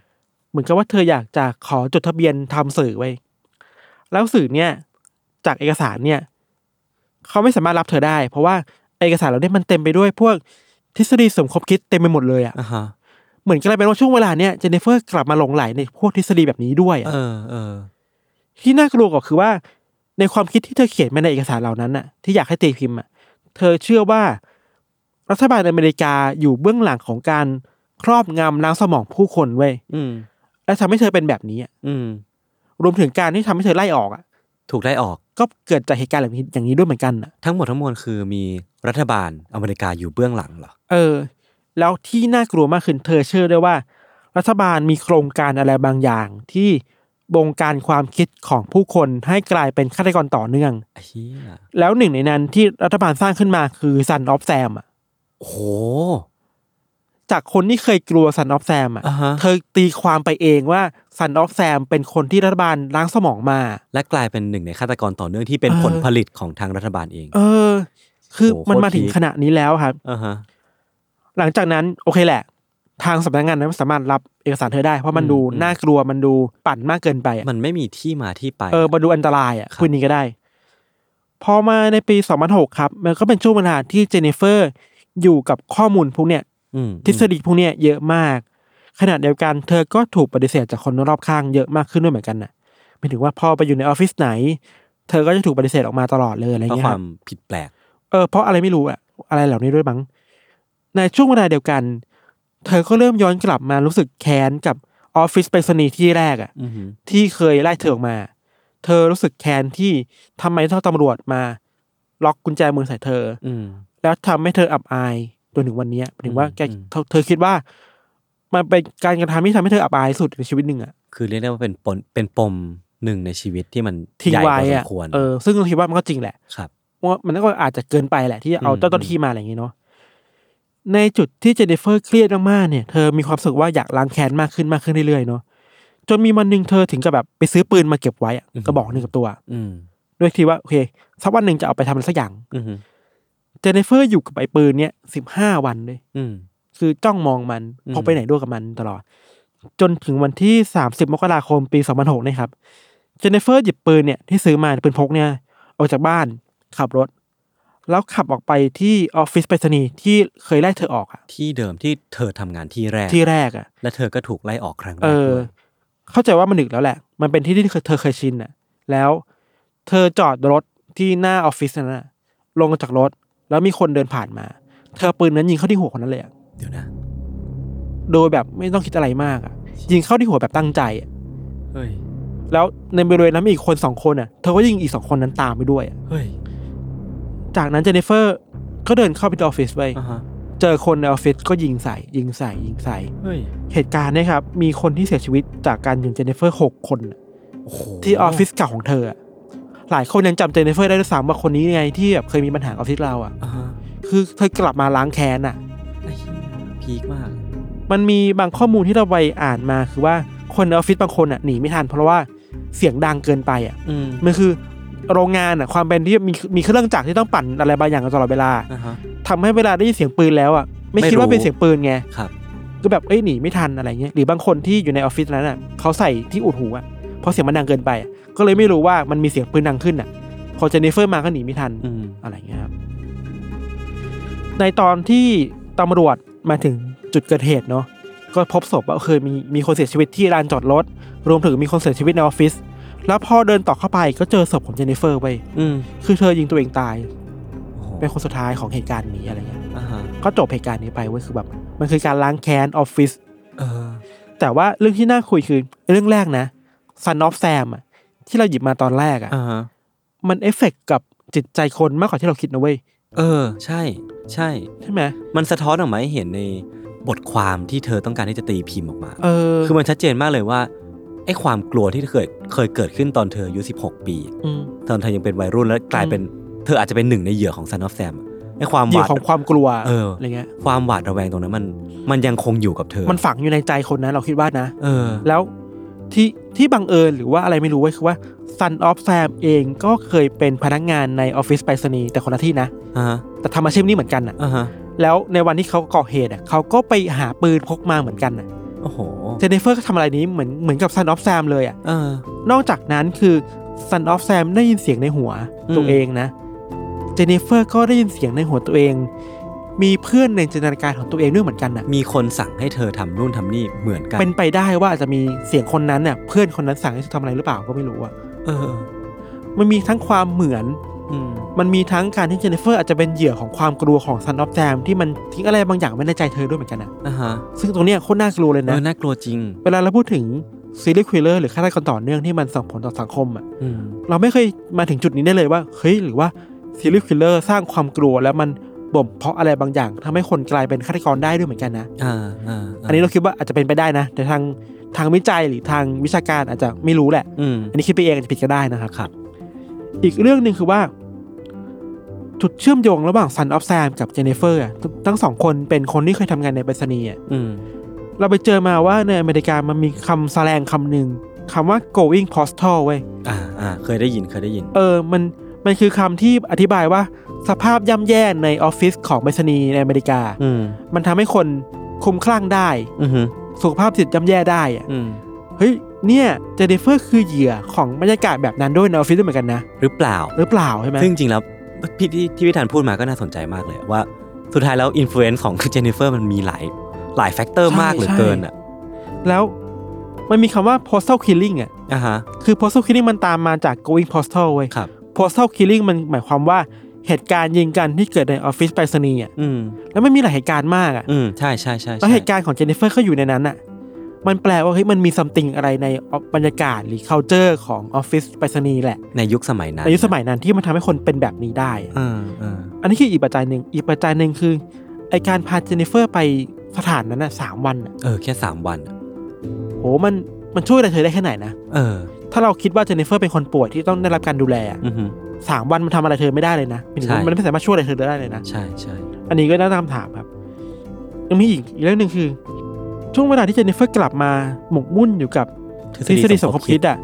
เหมือนกับว่าเธออยากจะขอจดทะเบียนทำสื่อไว้ยแล้วสื่อเนี่ยจากเอกสารเนี่ยเขาไม่สามารถรับเธอได้ เพราะว่าเอกสารเราเนี่ยมันเต็มไปด้วยพวกทฤษฎีสมคบคิดเต็มไปหมดเลยอะ อ่าฮะ เหมือนกลายเป็นว่าช่วงเวลาเนี่ยเจเนฟเฟอร์กลับมาหลงไหลในพวกทฤษฎีแบบนี้ด้วยอะ เออเออ ที่น่ากลัวกว่าคือว่า ในความคิดที่เธอเขียนมาในเอกสารเหล่านั้นน่ะที่อยากให้ตีพิมพ์อะเธอเชื่อว่า รัฐบาลอเมริกาอยู่เบื้องหลังของการครอบงำล้างสมองผู้คนเว้ย อืม และทำให้เธอเป็นแบบนี้อะ อืม รวมถึงการที่ทำให้เธอไล่ออกอ่ะ ถูกไล่ออก ก็เกิดจากเหตุการณ์แบบนี้อย่างนี้ด้วยเหมือนกันอ่ะ ทั้งหมดทั้งมวลคือมีรัฐบาลอเมริกาอยู่เบื้องหลังเหรอ เออ แล้วที่น่ากลัวมากคือเธอเชื่อด้วยว่า รัฐบาลมีโครงการอะไรบางอย่าง ที่บงการความคิดของผู้คนให้กลายเป็นฆาตกรต่อเนื่อง ไอ้เหี้ย แล้วหนึ่งในนั้นที่รัฐบาลสร้างขึ้นมาคือซันออฟแซมอ่ะ โอ้โห จากคนที่เคยกลัวซันออฟแซมอ่ะ อ่าฮะ เธอตีความไปเองว่าซันออฟแซมเป็นคนที่รัฐบาลล้างสมองมา และกลายเป็นหนึ่งในฆาตกรต่อเนื่องที่เป็น เออ ผลผลิตของทางรัฐบาลเอง เออ คือ โห มัน โคตร มาถึง พีค ขณะนี้แล้วครับ อ่าฮะ หลังจากนั้นโอเคแหละ ทางสำนักงานนั้นสามารถรับเอกสารเธอได้ เพราะมัน อืม ดู อืม น่ากลัวมันดูปั่นมากเกินไปอะ มันไม่มีที่มาที่ไป เออมันดูอันตรายอ่ะ ครับ คุณนี้ก็ได้ พอมาในปี 2006 ครับ มันก็เป็นช่วงเวลาที่เจเนฟเฟอร์อยู่กับข้อมูลพวกเนี้ย ม ทฤษฎีพวกเนี้ยเยอะมาก ขณะเดียวกันเธอก็ถูกปฏิเสธจากคนรอบข้างเยอะมากขึ้นด้วยเหมือนกันนะไม่ถึงว่าพอไปอยู่ในออฟฟิศไหน เธอก็จะถูกปฏิเสธออกมาตลอดเลยอะไร เพราะ เงี้ยควคา รับ มผิดแปลก เออเพราะอะไรไม่รู้อะอะไรเหล่านี้ด้วยมั้งในช่วงเวลาเดียวกัน เธอก็เริ่มย้อนกลับมารู้สึกแค้นกับออฟฟิศไปรษณีย์ที่แรกอะ อือหือ ที่เคยไล่เธอออกมา เธอรู้สึกแค้นที่ทำไมต้องตำรวจมา ล็อกกุญแจมือใส่เธอ อืม แล้วทำให้เธออับอายจนถึงวันเนี้ยหมายถึงว่าแก อืม เธอเธอคิดว่า มันเป็นการกระทำที่ทำให้เธออับอายสุดในชีวิตหนึ่งอะ คือเรียกได้ว่าเป็นปนเป็นปมหนึ่งในชีวิตที่มัน ทิ้ง ใหญ่ ไว้ พอสม อะ ควร เออซึ่งเราคิดว่ามันก็จริงแหละ ครับ ว่ามันก็อาจจะเกินไปแหละที่เอา อืม เจ้าตัวที่มาอะไรอย่างงี้เนาะในจุดที่เจเนฟเฟอร์เครียดมากๆเนี่ยเธอมีความรู้สึกว่าอยากล้างแค้นมากขึ้นมากขึ้นเรื่อยๆเนาะจนมีวันหนึ่งเธอถึงกับแบบไปซื้อปืนมาเก็บไว้อะกระบอกหนึ่งกับตัว อืม ด้วยที่ว่าโอเคสักวันหนึ่งจะเอาไปทำอะไรสักอย่าง อือหือ เจเนฟเฟอร์อยู่กับไอ้ปืนเนี่ยสิบห้าวันเลย อืม คือจ้องมองมัน อืม พกไปไหนด้วยกับมันตลอด จนถึงวันที่สามสิบมกราคมปีสองพันหกนะครับเจเนฟเฟอร์หยิบปืนเนี่ยที่ซื้อมาปืนพกเนี่ยออกจากบ้านขับรถ แล้วขับออกไปที่ออฟฟิศไปรษณีย์ที่เคยไล่เธอออกอะ ที่เดิมที่เธอทำงานที่แรก ที่แรกอะ และเธอก็ถูกไล่ออกครั้งแร เอก อ ด้วย เข้าใจว่ามันดึกแล้วแหละ มันเป็นที่ที่เธอเคยชินอะแล้วเธอจอดรถที่หน้าออฟฟิศนั่นอะลงจากรถ แล้วมีคนเดินผ่านมา เธอเอาปืนนั้นยิงเข้าที่หัวคนนั้นเลยอะ เดี๋ยวนะ โดยแบบไม่ต้องคิดอะไรมากอะยิงเข้าที่หัวแบบตั้งใจอะ เฮ้ย แล้วในบริเวณนั้นมีอีกคนสองคนอ่ะเธอก็ยิงอีกสองคนนั้นตามไปด้วยอะ เฮ้ย จากนั้นเจเนฟเฟอร์ก็เดินเข้าไปที่ออฟฟิศไว้ย อ่าฮะ เจอคนในออฟฟิศก็ยิงใส่ยิงใส่ยิงใส่ เฮ้ย เหตุการณ์เนี่ยครับมีคนที่เสียชีวิตจากการยิงเจเนฟเฟอร์หกคนอะ โอ้โห ที่ออฟฟิศเก่าของเธออะหลายคนยังจำเจเนฟเฟอร์ได้ด้วยซ้ำว่าคนนี้ไงที่แบบเคยมีปัญหาออฟฟิศเราอ่ะ อ่าฮะ คือเธอกลับมาล้างแค้นอ่ะ ไอ้เหี้ยพีคมาก มันมีบางข้อมูลที่เราไปอ่านมาคือว่าคนในออฟฟิศบางคนอ่ะหนีไม่ทันเพราะว่าเสียงดังเกินไปอ่ะ อืม มันคือโรงงานอ่ะความเป็นที่มีมีเครื่องจักรที่ต้องปั่นอะไรบางอย่างตลอดเวลา อ่าฮะ ทำให้เวลาได้ยินเสียงปืนแล้วอ่ะไม่คิดว่า ไม่รู้ เป็นเสียงปืนไง ครับ ก็แบบเอ้ยหนีไม่ทันอะไรเงี้ยหรือบางคนที่อยู่ในออฟฟิศนั้นอ่ะเขาใส่ที่อุดหูอ่ะเพราะเสียงมันดังเกินไปอะก็เลยไม่รู้ว่ามันมีเสียงปืนดังขึ้นอ่ะ พอเจเนฟเฟอร์มาก็หนีไม่ทัน อืม อะไรเงี้ยครับ ในตอนที่ตำรวจมาถึงจุดเกิดเหตุเนาะ ก็พบศพว่าเคยมีมีคนเสียชีวิตที่ลานจอดรถ รวมถึงมีคนเสียชีวิตในออฟฟิศ แล้วพอเดินต่อเข้าไปก็เจอศพของเจเนฟเฟอร์ไป อืม คือเธอยิงตัวเองตาย โอ้โห เป็นคนสุดท้ายของเหตุการณ์นี้อะไรเงี้ย อ่าฮะ ก็จบเหตุการณ์นี้ไปเว้ยคือแบบ มันคือการล้างแค้นออฟฟิศ เออ แต่ว่าเรื่องที่น่าคุยคือเรื่องแรกนะซันนอฟแซมอะที่เราหยิบมาตอนแรกอะ อ่าฮะ มันเอฟเฟกต์กับจิตใจคนมากกว่าที่เราคิดนะเว้ย เออ ใช่ ใช่ ใช่ไหม มันสะท้อนออกมาให้เห็นในบทความที่เธอต้องการที่จะตีพิมพ์ออกมา เออ คือมันชัดเจนมากเลยว่าไอ้ความกลัวที่เคยเคยเกิดขึ้นตอนเธออายุ16 ปี อืม ตอนเธอยังเป็นวัยรุ่นแล้วกลายเป็นเธออาจจะเป็นหนึ่งในเหยื่อของซันออฟแซมไอ้ความหเหยื่อ วาด ของความกลัว เอออ ไรเงี้ย ความหวาดระแวงตรงนั้นมันมันยังคงอยู่กับเธอ มันฝังอยู่ในใจคนนะเราคิดว่านะ เออ แล้วที่ที่บังเอิญหรือว่าอะไรไม่รู้ไว้ยคือว่าซันออฟแซมเองก็เคยเป็นพนักงานในออฟฟิศไปรษณีย์แต่คนละที่นะ อ่าฮะ แต่ทำอาชีพนี้เหมือนกันอ่ะ อ่าฮะ แล้วในวันที่เขาก่อเหตุอะเขาก็ไปหาปืนพกมาเหมือนกันน่ะ โอ้โห เจเนฟเฟอร์ก็ทำอะไรนี้เหมือนเหมือนกับซันออฟแซมเลยอ่ะ เออ นอกจากนั้นคือซันออฟแซมได้ยินเสียงในหัว อืม ตัวเองนะ เจเนฟเฟอร์ก็ได้ยินเสียงในหัวตัวเอง มีเพื่อนในจินตนาการของตัวเองด้วยเหมือนกันน่ะ มีคนสั่งให้เธอทำนู่นทำนี่เหมือนกัน เป็นไปได้ว่าอาจจะมีเสียงคนนั้นเนี่ยเพื่อนคนนั้นสั่งให้เธอทำอะไรหรือเปล่าก็ไม่รู้อ่ะ เออ มันมีทั้งความเหมือน อืม มันมีทั้งการที่เจเนฟเฟอร์อาจจะเป็นเหยื่อของความกลัวของซันออฟแซมที่มันทิ้งอะไรบางอย่างไว้ในใจเธอด้วยเหมือนกันนะ อ่าฮะ ซึ่งตรงเนี้ยโคตรน่ากลัวเลย เอ นะ อน่ากลัวจริง เวลาเราพูดถึงซีรีส์ค i ลเลอร์หรือฆาตกรต่อเนื่องที่มันส่งผลต่อสังคมอ่ะ อืม เราไม่เคยมาถึงจุดนี้ได้เลยว่า เฮ้ย หรือว่าซีรีส์คิลเลอร์สร้างความกลัวแล้วมันบ่มเพาะอะไรบางอย่างทำให้คนกลายเป็นฆาตกรได้ด้วยเหมือนกันนะ อ่าอ่า อันนี้เราคิดว่าอาจจะเป็นไปได้นะ แต่ทางทางวิจัยหรือทางวิชาการอาจจะไม่รู้แหละ อืม อันนี้คิดไปเองอาจจะผิดก็ได้นะครับ ครับ อีกเรื่องหนึ่งคือว่า จุดเชื่อมโยงระหว่างซันออฟแซมกับเจเนฟเฟอร์อะทั้งทั้งสองคนเป็นคนที่เคยทำงานในไปรษณีย์อะ อืม เราไปเจอมาว่าในอเมริกามันมีคำแสลงคำหนึ่งคำว่า going postal เว้ย อ่าอ่าเคยได้ยินเคยได้ยิน เออ มัน มันคือคำที่อธิบายว่าสภาพย่ำแย่ในออฟฟิศของไปรษณีย์ในอเมริกา อืม มันทำให้คนคลุมคลั่งได้ อืม สุขภาพจิตย่ำแย่ได้อะ อืม เฮ้ย เนี่ย เจเนฟเฟอร์คือเหยื่อของบรรยากาศแบบนั้นด้วยในออฟฟิศด้วยเหมือนกันนะ หรือเปล่า หรือเปล่าใช่ไหม ซึ่งจริงแล้วพี่ที่ที่พี่ธันพูดมาก็น่าสนใจมากเลยว่า สุดท้ายแล้วอิ f ฟ u e n เ e ของเจนนิเฟอร์มันมีหลายหลายแฟกเตอร์มากเหลือเกินอ่ะ แล้วมันมีคำว่า postal killing อ่ะ อ่าฮะ คือ postal killing มันตามมาจาก going postal เว้ย ครับ postal killing มันหมายความว่าเหตุการณ์ยิงกันที่เกิดในออฟฟิศไปรษณีย์อ่ะ อืม แล้วมันมีหลายเหตุการณ์มากอ่ะ อืม ใช่ใช่ใช่ แล้ว ใช่ เหตุการณ์ของเจเนฟเฟอร์เขาอยู่ในนั้นน่ะ มันแปลว่าเฮ้ยมันมีซัมติงอะไรในบรรยากาศหรือ culture ของออฟฟิศไปรษณีย์แหละ ในยุคสมัยนั้น ในยุคสมัยนั้นที่มันทำให้คนเป็นแบบนี้ได้ อ่าอ่า อันนี้คืออีกปัจจัยหนึ่ง อีกปัจจัยหนึ่งคือไอการพาเจเนฟเฟอร์ไปสถานนั้นน่ะสามวันน่ะ เออ แค่สามวันอะ โหมันมันช่วยอะไรเธอได้แค่ไหนนะ เออ ถ้าเราคิดว่าเจเนฟเฟอร์เป็นคนป่วยที่ต้องได้รับการดูแลอะ อือฮึ สามวันมันทำอะไรเธอไม่ได้เลยนะหมายถึงว่า ใช่ มันไม่สามารถช่วยอะไรเธอได้เลยนะ ใช่ใช่ อันนี้ก็น่าตามถามครับยังมีอีกอีกเรื่องหนึ่งคือ ช่วงเวลาที่เจเนฟเฟอร์กลับมาหมกมุ่นอยู่กับ ทฤษฎีสมคบคิดอ่ะ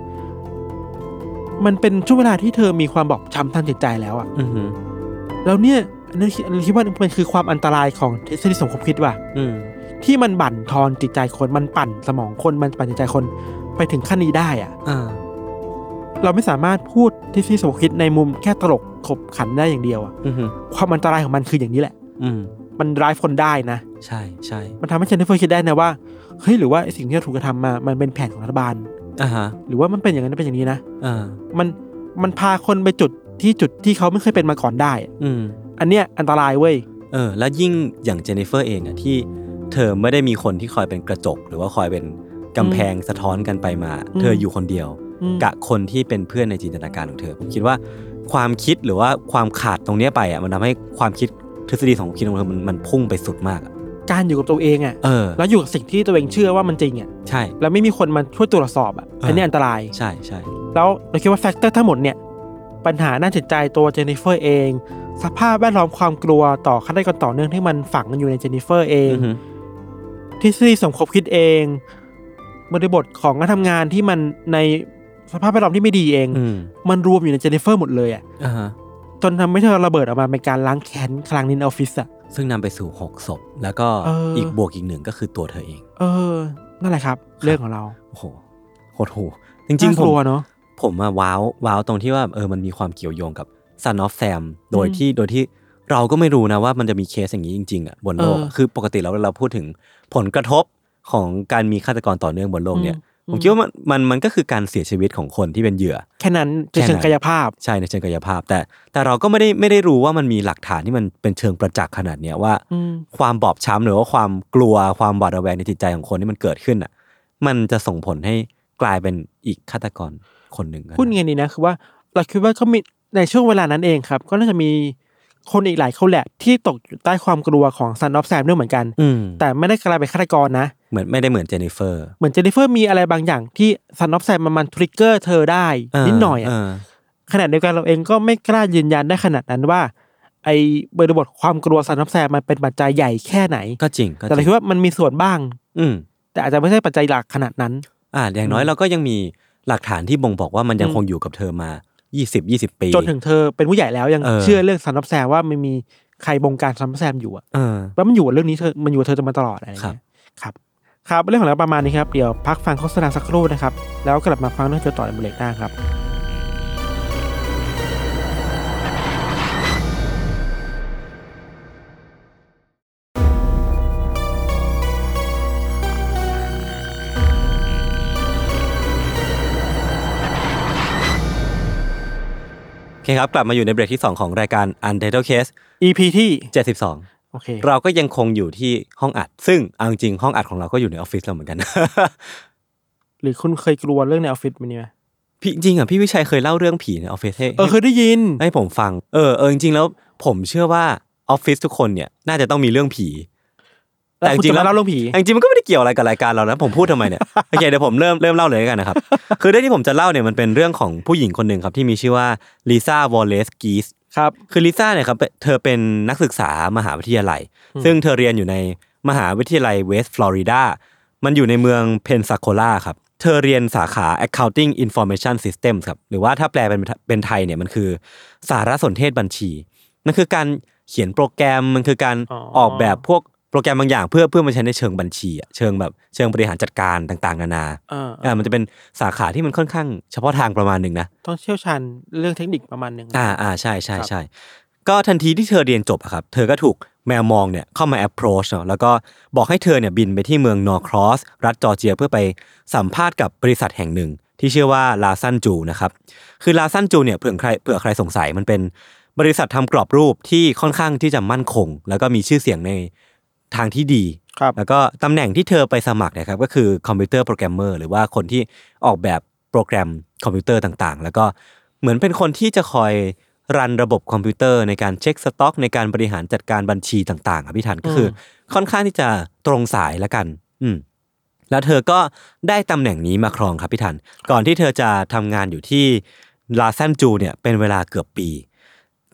มันเป็นช่วงเวลาที่เธอมีความบอบช้ำทางจิตใจแล้วอ่ะ อือฮึ แล้วเนี่ยอันนั้นคิดอันนั้นคิดว่ามันคือความอันตรายของทฤษฎีสมคบคิดว่ะ อืม ที่มันบั่นทอนจิตใจคนมันปั่นสมองคนมันปั่นจิตใจคนไปถึงขั้นนี้ได้อ่ะ อ่า เราไม่สามารถพูดทฤษฎีสมคบคิดในมุมแค่ตลกขบขันได้อย่างเดียวอ่ะ อือฮึ ความอันตรายของมันคืออย่างนี้แหละ อืม มันร้ายคนได้นะ ใช่ใช่ มันทำให้เจนนิเฟอร์คิดได้นะว่าเฮ้ยหรือว่าไอ้สิ่งที่เราถูกกระทำมา มันเป็นแผนของรัฐบาล อ่าฮะ หรือว่ามันเป็นอย่างนั้นเป็นอย่างนี้นะ อ่า มันมันพาคนไปจุดที่จุดที่เขาไม่เคยเป็นมาก่อนได้อะ อืม อันเนี้ยอันตรายเว้ย เออแล้วยิ่งอย่างเจเนฟเฟอร์เองอะที่เธอไม่ได้มีคนที่คอยเป็นกระจก หรือว่าคอยเป็นกำแพงสะท้อนกันไปมา อืม เธออยู่คนเดียว อืม กับคนที่เป็นเพื่อนในจินตนาการของเธอผมคิดว่าความคิดหรือว่าความขาดตรงเนี้ยไปอะมันทำให้ความคิดทฤษฎีของคิดของเธอมันมันพุ่งไปสุดมากอะ การอยู่กับตัวเองอะ เออ แล้วอยู่กับสิ่งที่ตัวเองเชื่อว่ามันจริงอะ ใช่ แล้วไม่มีคนมาช่วยตรวจสอบอะ เอออั อันเนี้ยอันตราย ใช่ใช่ แล้วเราคิดว่าแฟกเตอร์ทั้งหมดเนี่ยปัญหาด้านจิตใจตัวเจนนิเฟอร์เอง สภาพแวดล้อมความกลัวต่อขั้นได้กันต่อเนื่องที่มันฝังกันอยู่ในเจนนิเฟอร์เอง อือฮึ ทฤษฎีสมคบคิดเองบริบทของการทำงานที่มันในสภาพแวดล้อมที่ไม่ดีเอง อืม มันรวมอยู่ในเจนนิเฟอร์หมดเลยอะ อ่าฮะ จนทำให้เธอระเบิดออกมาเป็นการล้างแค้นครั้งนี้ในออฟฟิศอะ ซึ่งนำไปสู่หกศพแล้วก็ เอออี อีกบวกอีกหนึ่งก็คือตัวเธอเอง เออ นั่นแหละครับ เรื่องของเรา โอ้โหโหดหูจริง น่า ๆผ ก ม ลัวเนาะ ผมมาว้าวว้าวตรงที่ว่าเออมันมีความเกี่ยวโยงกับซันออฟแซมโดย อืม ที่โดยที่เราก็ไม่รู้นะว่ามันจะมีเคสอย่างนี้จริงๆอ่ะบนโลกอะ เออ คือปกติแล้วเราพูดถึงผลกระทบของการมีฆาตกรต่อเนื่องบนโลกเนี่ย อืม ผมคิดว่ามันมันมันก็คือการเสียชีวิตของคนที่เป็นเหยื่อ แค่นั้น แค่นั้น เชิงกายภาพ ใช่ในเชิงกายภาพ แต่แต่เราก็ไม่ได้ไม่ได้รู้ว่ามันมีหลักฐานที่มันเป็นเชิงประจักษ์ขนาดเนี้ยว่า อืม ความบอบช้ำหรือว่าความกลัวความหวาดระแวงในจิตใจของคนที่มันเกิดขึ้นอ่ะ มันจะส่งผลให้กลายเป็นอีกฆาตกรคนหนึ่งอะ พูดไงดีนะ คือว่าเราคิดว่าก็มีในช่วงเวลานั้นเองครับ ก็น่าจะมีคนอีกหลายคนแหละที่ตกอยู่ใต้ความกลัวของซันออฟแซมด้วยเหมือนกัน อืม แต่ไม่ได้กลายเป็นฆาตกรนะ เหมือนไม่ได้เหมือนเจนนิเฟอร์ เหมือนเจนนิเฟอร์มีอะไรบางอย่างที่ซันออฟแซมมันมันทริกเกอร์เธอได้นิดหน่อยอะ เ ขณะเดียวกันเราเองก็ไม่กล้ายืนยันได้ขนาดนั้นว่า ไอ้บริบทความกลัวสารนับแสบมันเป็นปัจจัยใหญ่แค่ไหน ก็จริงก็จ แต่เรา ริง คิดว่ามันมีส่วนบ้าง อืม แต่อาจจะไม่ใช่ปัจจัยหลักขนาดนั้น อ่าอย่างน้อยเราก็ยังมีหลักฐานที่บ่งบอกว่ามันยัง อืม คงอยู่กับเธอมา 20 20 ปี จนถึงเธอเป็นผู้ใหญ่แล้วยัง เออ เชื่อเรื่องสารนับแสบว่ามันมีฆ ใครบงการซัมแซมอยู่อะ เออ แล้วมันอยู่กับเรื่องนี้เธอมันอยู่กับเธอจะมาตลอดอะไรอย่าง ครับ เงี้ยครับ ครับเรื่องของเราประมาณนี้ครับเดี๋ยวพักฟังโฆษณาสักครู่นะครับแล้วกลับมาฟังเรื่องเกี่ยวต่อในเบรกหน้าครับ โอเคครับ กลับมาอยู่ในเบรกที่ 2 ของรายการ Untitled Case EP ที่ 72 โอเค เราก็ยังคงอยู่ที่ห้องอัด ซึ่งเอาจริงๆห้องอัดของเราก็อยู่ในออฟฟิศเราเหมือนกัน หรือคุณเคยกลัวเรื่องในออฟฟิศมันนี่ไหม พี่จริงอ่ะพี่วิชัยเคยเล่าเรื่องผีในออฟฟิศให้ เออเคยได้ยิน ให้ผมฟังเออเออจริงๆแล้วผมเชื่อว่าออฟฟิศทุกคนเนี่ยน่าจะต้องมีเรื่องผี แต่จริงๆแล้วเล่าเรื่องผี จริงๆมันก็ไม่ได้เกี่ยวอะไรกับรายการเรานะผมพูดทำไม เนี่ย โอเคเดี๋ยวผมเริ่มเริ่มเล่าเลยแล้วกันนะครับ คือเรื่องที่ผมจะเล่าเนี่ยมันเป็นเรื่องของผู้หญิงคนหนึ่งครับที่มีชื่อว่าลิซ่าวอลเลซกีส ครับ คือลิซ่าเนี่ยครับเป็นเธอเป็นนักศึกษามหาวิทยาลัย ซึ่งเธอเรียนอยู่ในมหาวิทยาลัยเวสต์ฟลอริดามันอยู่ในเมืองเพนซาโคลาครับเธอเรียนสาขา accounting information systems ครับหรือว่าถ้าแปลเป็นเป็นไทยเนี่ยมันคือสารสนเทศบัญชีมันคือการเขียนโปรแกรมมันคือการ อ๋อ ออกแบบ พวกโปรแกรมบางอย่างเพื่อเพื่อมาใช้ในเชิงบัญชีอะเชิงแบบเชิงบริหารจัดการต่างๆ นานา เออเอ อ่า อ มันจะเป็นสาขาที่มันค่อนข้างเฉพาะทางประมาณหนึ่งนะ ต้องเชี่ยวชาญเรื่องเทคนิคประมาณหนึ่ง อ่าอ่าใช่ใช่ ครับ ใช่ก็ทันทีที่เธอเรียนจบอะครับเธอก็ถูกแมวมองเนี่ยเข้ามา approach เนาะแล้วก็บอกให้เธอเนี่ยบินไปที่เมืองนอร์ครอสรัฐจอร์เจียเพื่อไปสัมภาษณ์กับบริษัทแห่งหนึ่ง ที่ชื่อว่าลาซันจูนะครับคือลาซันจูเนี่ยเผื่อใครเผื่อใครสงสัยมันเป็นบริษัททำกรอบรูปที่ค่อนข้างที่จะมั่นคง แล้วก็มีชื่อเสียงในทางที่ดี ครับ แล้วก็ตำแหน่งที่เธอไปสมัครเนะครับก็คือคอมพิวเตอร์โปรแกรมเมอร์หรือว่าคนที่ออกแบบโปรแกรมคอมพิวเตอร์ต่างๆ แล้วก็เหมือนเป็นคนที่จะคอยรันระบบคอมพิวเตอร์ในการเช็คสต็อก ในการบริหารจัดการบัญชีต่างๆครับพี่ทันก็คืออค่อนข้างที่จะตรงสายละกัน อืม แล้วเธอก็ได้ตำแหน่งนี้มาครองครับพี่ทัน ก่อนที่เธอจะทำงานอยู่ที่ลาซันจูเนี่ยเป็นเวลาเกือบปี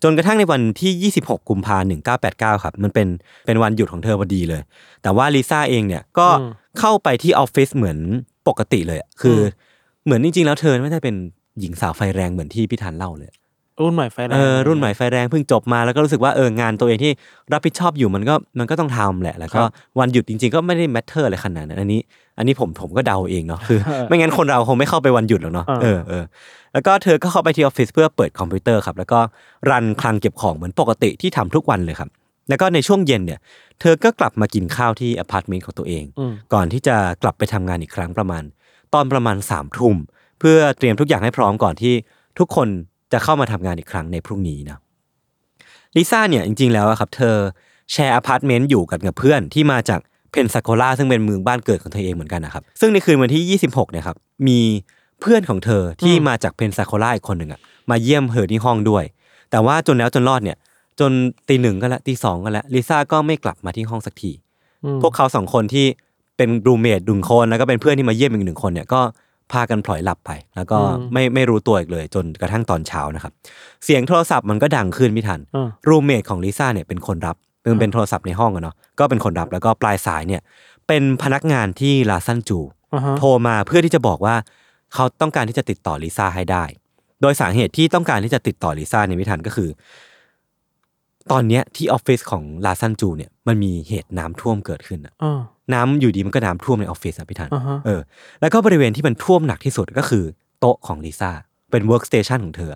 จนกระทั่งในวันที่ 26 กุมภาพันธ์1989 ครับ มันเป็นเป็นวันหยุดของเธอพอดีเลย แต่ว่าลิซ่าเองเนี่ยก็ อืม เข้าไปที่ออฟฟิศเหมือนปกติเลยอะคืออ ม เหมือนจริง ๆ แล้วเธอไม่ได้เป็นหญิงสาวไฟแรงเหมือนที่พี่ทันเล่าเลย รุ่นใหม่ไฟแรง เออรุ่นใหม่ไฟแรงเพิ่งจบมาแล้วก็รู้สึกว่าเอองานตัวเองที่รับผิดชอบอยู่มันก็มันก็ต้องทำแหละ แล้วก็วันหยุดจริงๆก็ไม่ได้แมทเทอร์อะไรขนาดนั้นอันนี้ อันนี้ผมผมก็เดาเองเนาะ คือ ไม่งั้นคนเราคงไม่เข้าไปวันหยุดหรอกเนาะ อ่า เออเออแล้วก็เธอก็เข้าไปที่ออฟฟิศเพื่อเปิดคอมพิวเตอร์ครับแล้วก็รันคลังเก็บของเหมือนปกติที่ทำทุกวันเลยครับ แล้วก็ในช่วงเย็นเนี่ย เธอก็กลับมากินข้าวที่อพาร์ตเมนต์ของตัวเอง อืม ก่อนที่จะกลับไปทำงานอีกครั้งประมาณ ตอนประมาณสามทุ่มเพื่อเตรียมทุกอย่างให้พร้อมก่อนที่ทุกคนจะเข้ามาทำงานอีกครั้งในพรุ่งนี้นะลิซ่าเนี่ยจริงๆแล้วอะครับ เธอแชร์อพาร์ตเมนต์อยู่กับกับเพื่อนที่มาจากเพนซาโคลาซึ่งเป็นเมืองบ้านเกิดของเธอเองเหมือนกันนะครับซึ่งในคืนวันที่ 26เนี่ยครับมีเพื่อนของเธอที่ อืม มาจากเพนซาโคลาอีกคนหนึ่งอะมาเยี่ยมเธอที่ห้องด้วย แต่ว่าจนแล้วจนรอดเนี่ย จนตีหนึ่งก็แล้วตีสองก็แล้วลิซ่าก็ไม่กลับมาที่ห้องสักที อืม พวกเขาสองคนที่เป็นรูเมทดุงคนแล้วก็เป็นเพื่อนที่มาเยี่ยมอีกหนึ่งคนเนี่ยก็พากันพลอยหลับไป แล้วก็ไม่ไม่รู้ตัวอีกเลย จนกระทั่งตอนเช้านะครับ เสียงโทรศัพท์มันก็ดังขึ้นไม่ทัน อ่า รูมเมทของลิซ่าเนี่ยเป็นคนรับมันเป็นโทรศัพท์ในห้องอะเนาะก็เป็นคนรับแล้วก็ปลายสายเนี่ย เป็นพนักงานที่ลาซันจู อ่าฮะ โทรมาเพื่อที่จะบอกว่าเขาต้องการที่จะติดต่อลิซ่าให้ได้ โดยสาเหตุที่ต้องการที่จะติดต่อลิซ่าเนี่ยไม่ทันก็คือ ตอนเนี้ยที่ออฟฟิศของลาซันจูเนี่ยมันมีเหตุน้ำท่วมเกิดขึ้นอะ อ่า น้ำอยู่ดีมันก็น้ำท่วมในออฟฟิศอะพี่ทัน อ่าฮะ เออ แล้วก็บริเวณที่มันท่วมหนักที่สุดก็คือโต๊ะของลิซ่า เป็นเวิร์กสเตชันของเธอ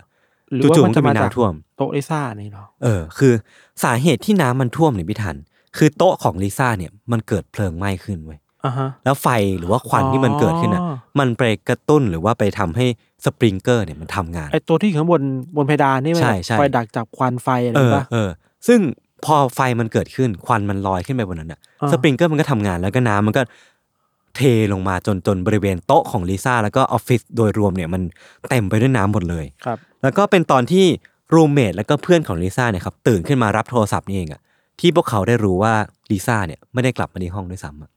หรือว่า จู่ๆ มันจะมามันก็มีจากน้ำท่วม โต๊ะลิซ่านี่เหรอ เออ คือสาเหตุที่น้ำมันท่วมเนี่ยพี่ทัน คือโต๊ะของลิซ่าเนี่ยมันเกิดเพลิงไหม้ขึ้นเว้ย อ่าฮะ แล้วไฟหรือว่าควันที่มันเกิดขึ้นอ่ะ อ๋อ มันไปกระตุ้นหรือว่าไปทำให้สปริงเกอร์เนี่ยมันทำงาน ไอตัวที่อยู่ข้างบนบนเพดานนี่ไหม ใช่ใช่ ไฟดักจับควันไฟอะไร เออ ปะ เออ ซึ่งพอไฟมันเกิดขึ้นควันมันลอยขึ้นไปบนนั้นอ่ะ อ่า สปริงเกอร์มันก็ทำงานแล้วก็น้ำมันก็เทลงมาจนจนบริเวณโต๊ะของลิซ่าแล้วก็ออฟฟิศโดยรวมเนี่ยมันเต็มไปด้วยน้ำหมดเลย ครับ แล้วก็เป็นตอนที่รูมเมทแล้วก็เพื่อนของลิซ่าเนี่ยครับตื่นขึ้นมารับโทรศัพท์นี่เองอ่ะที่พวกเขาได้รู้ว่าลิซ่าเนี่ยไม่ได้กลับมาที่ห้องด้วยซ้ำอะ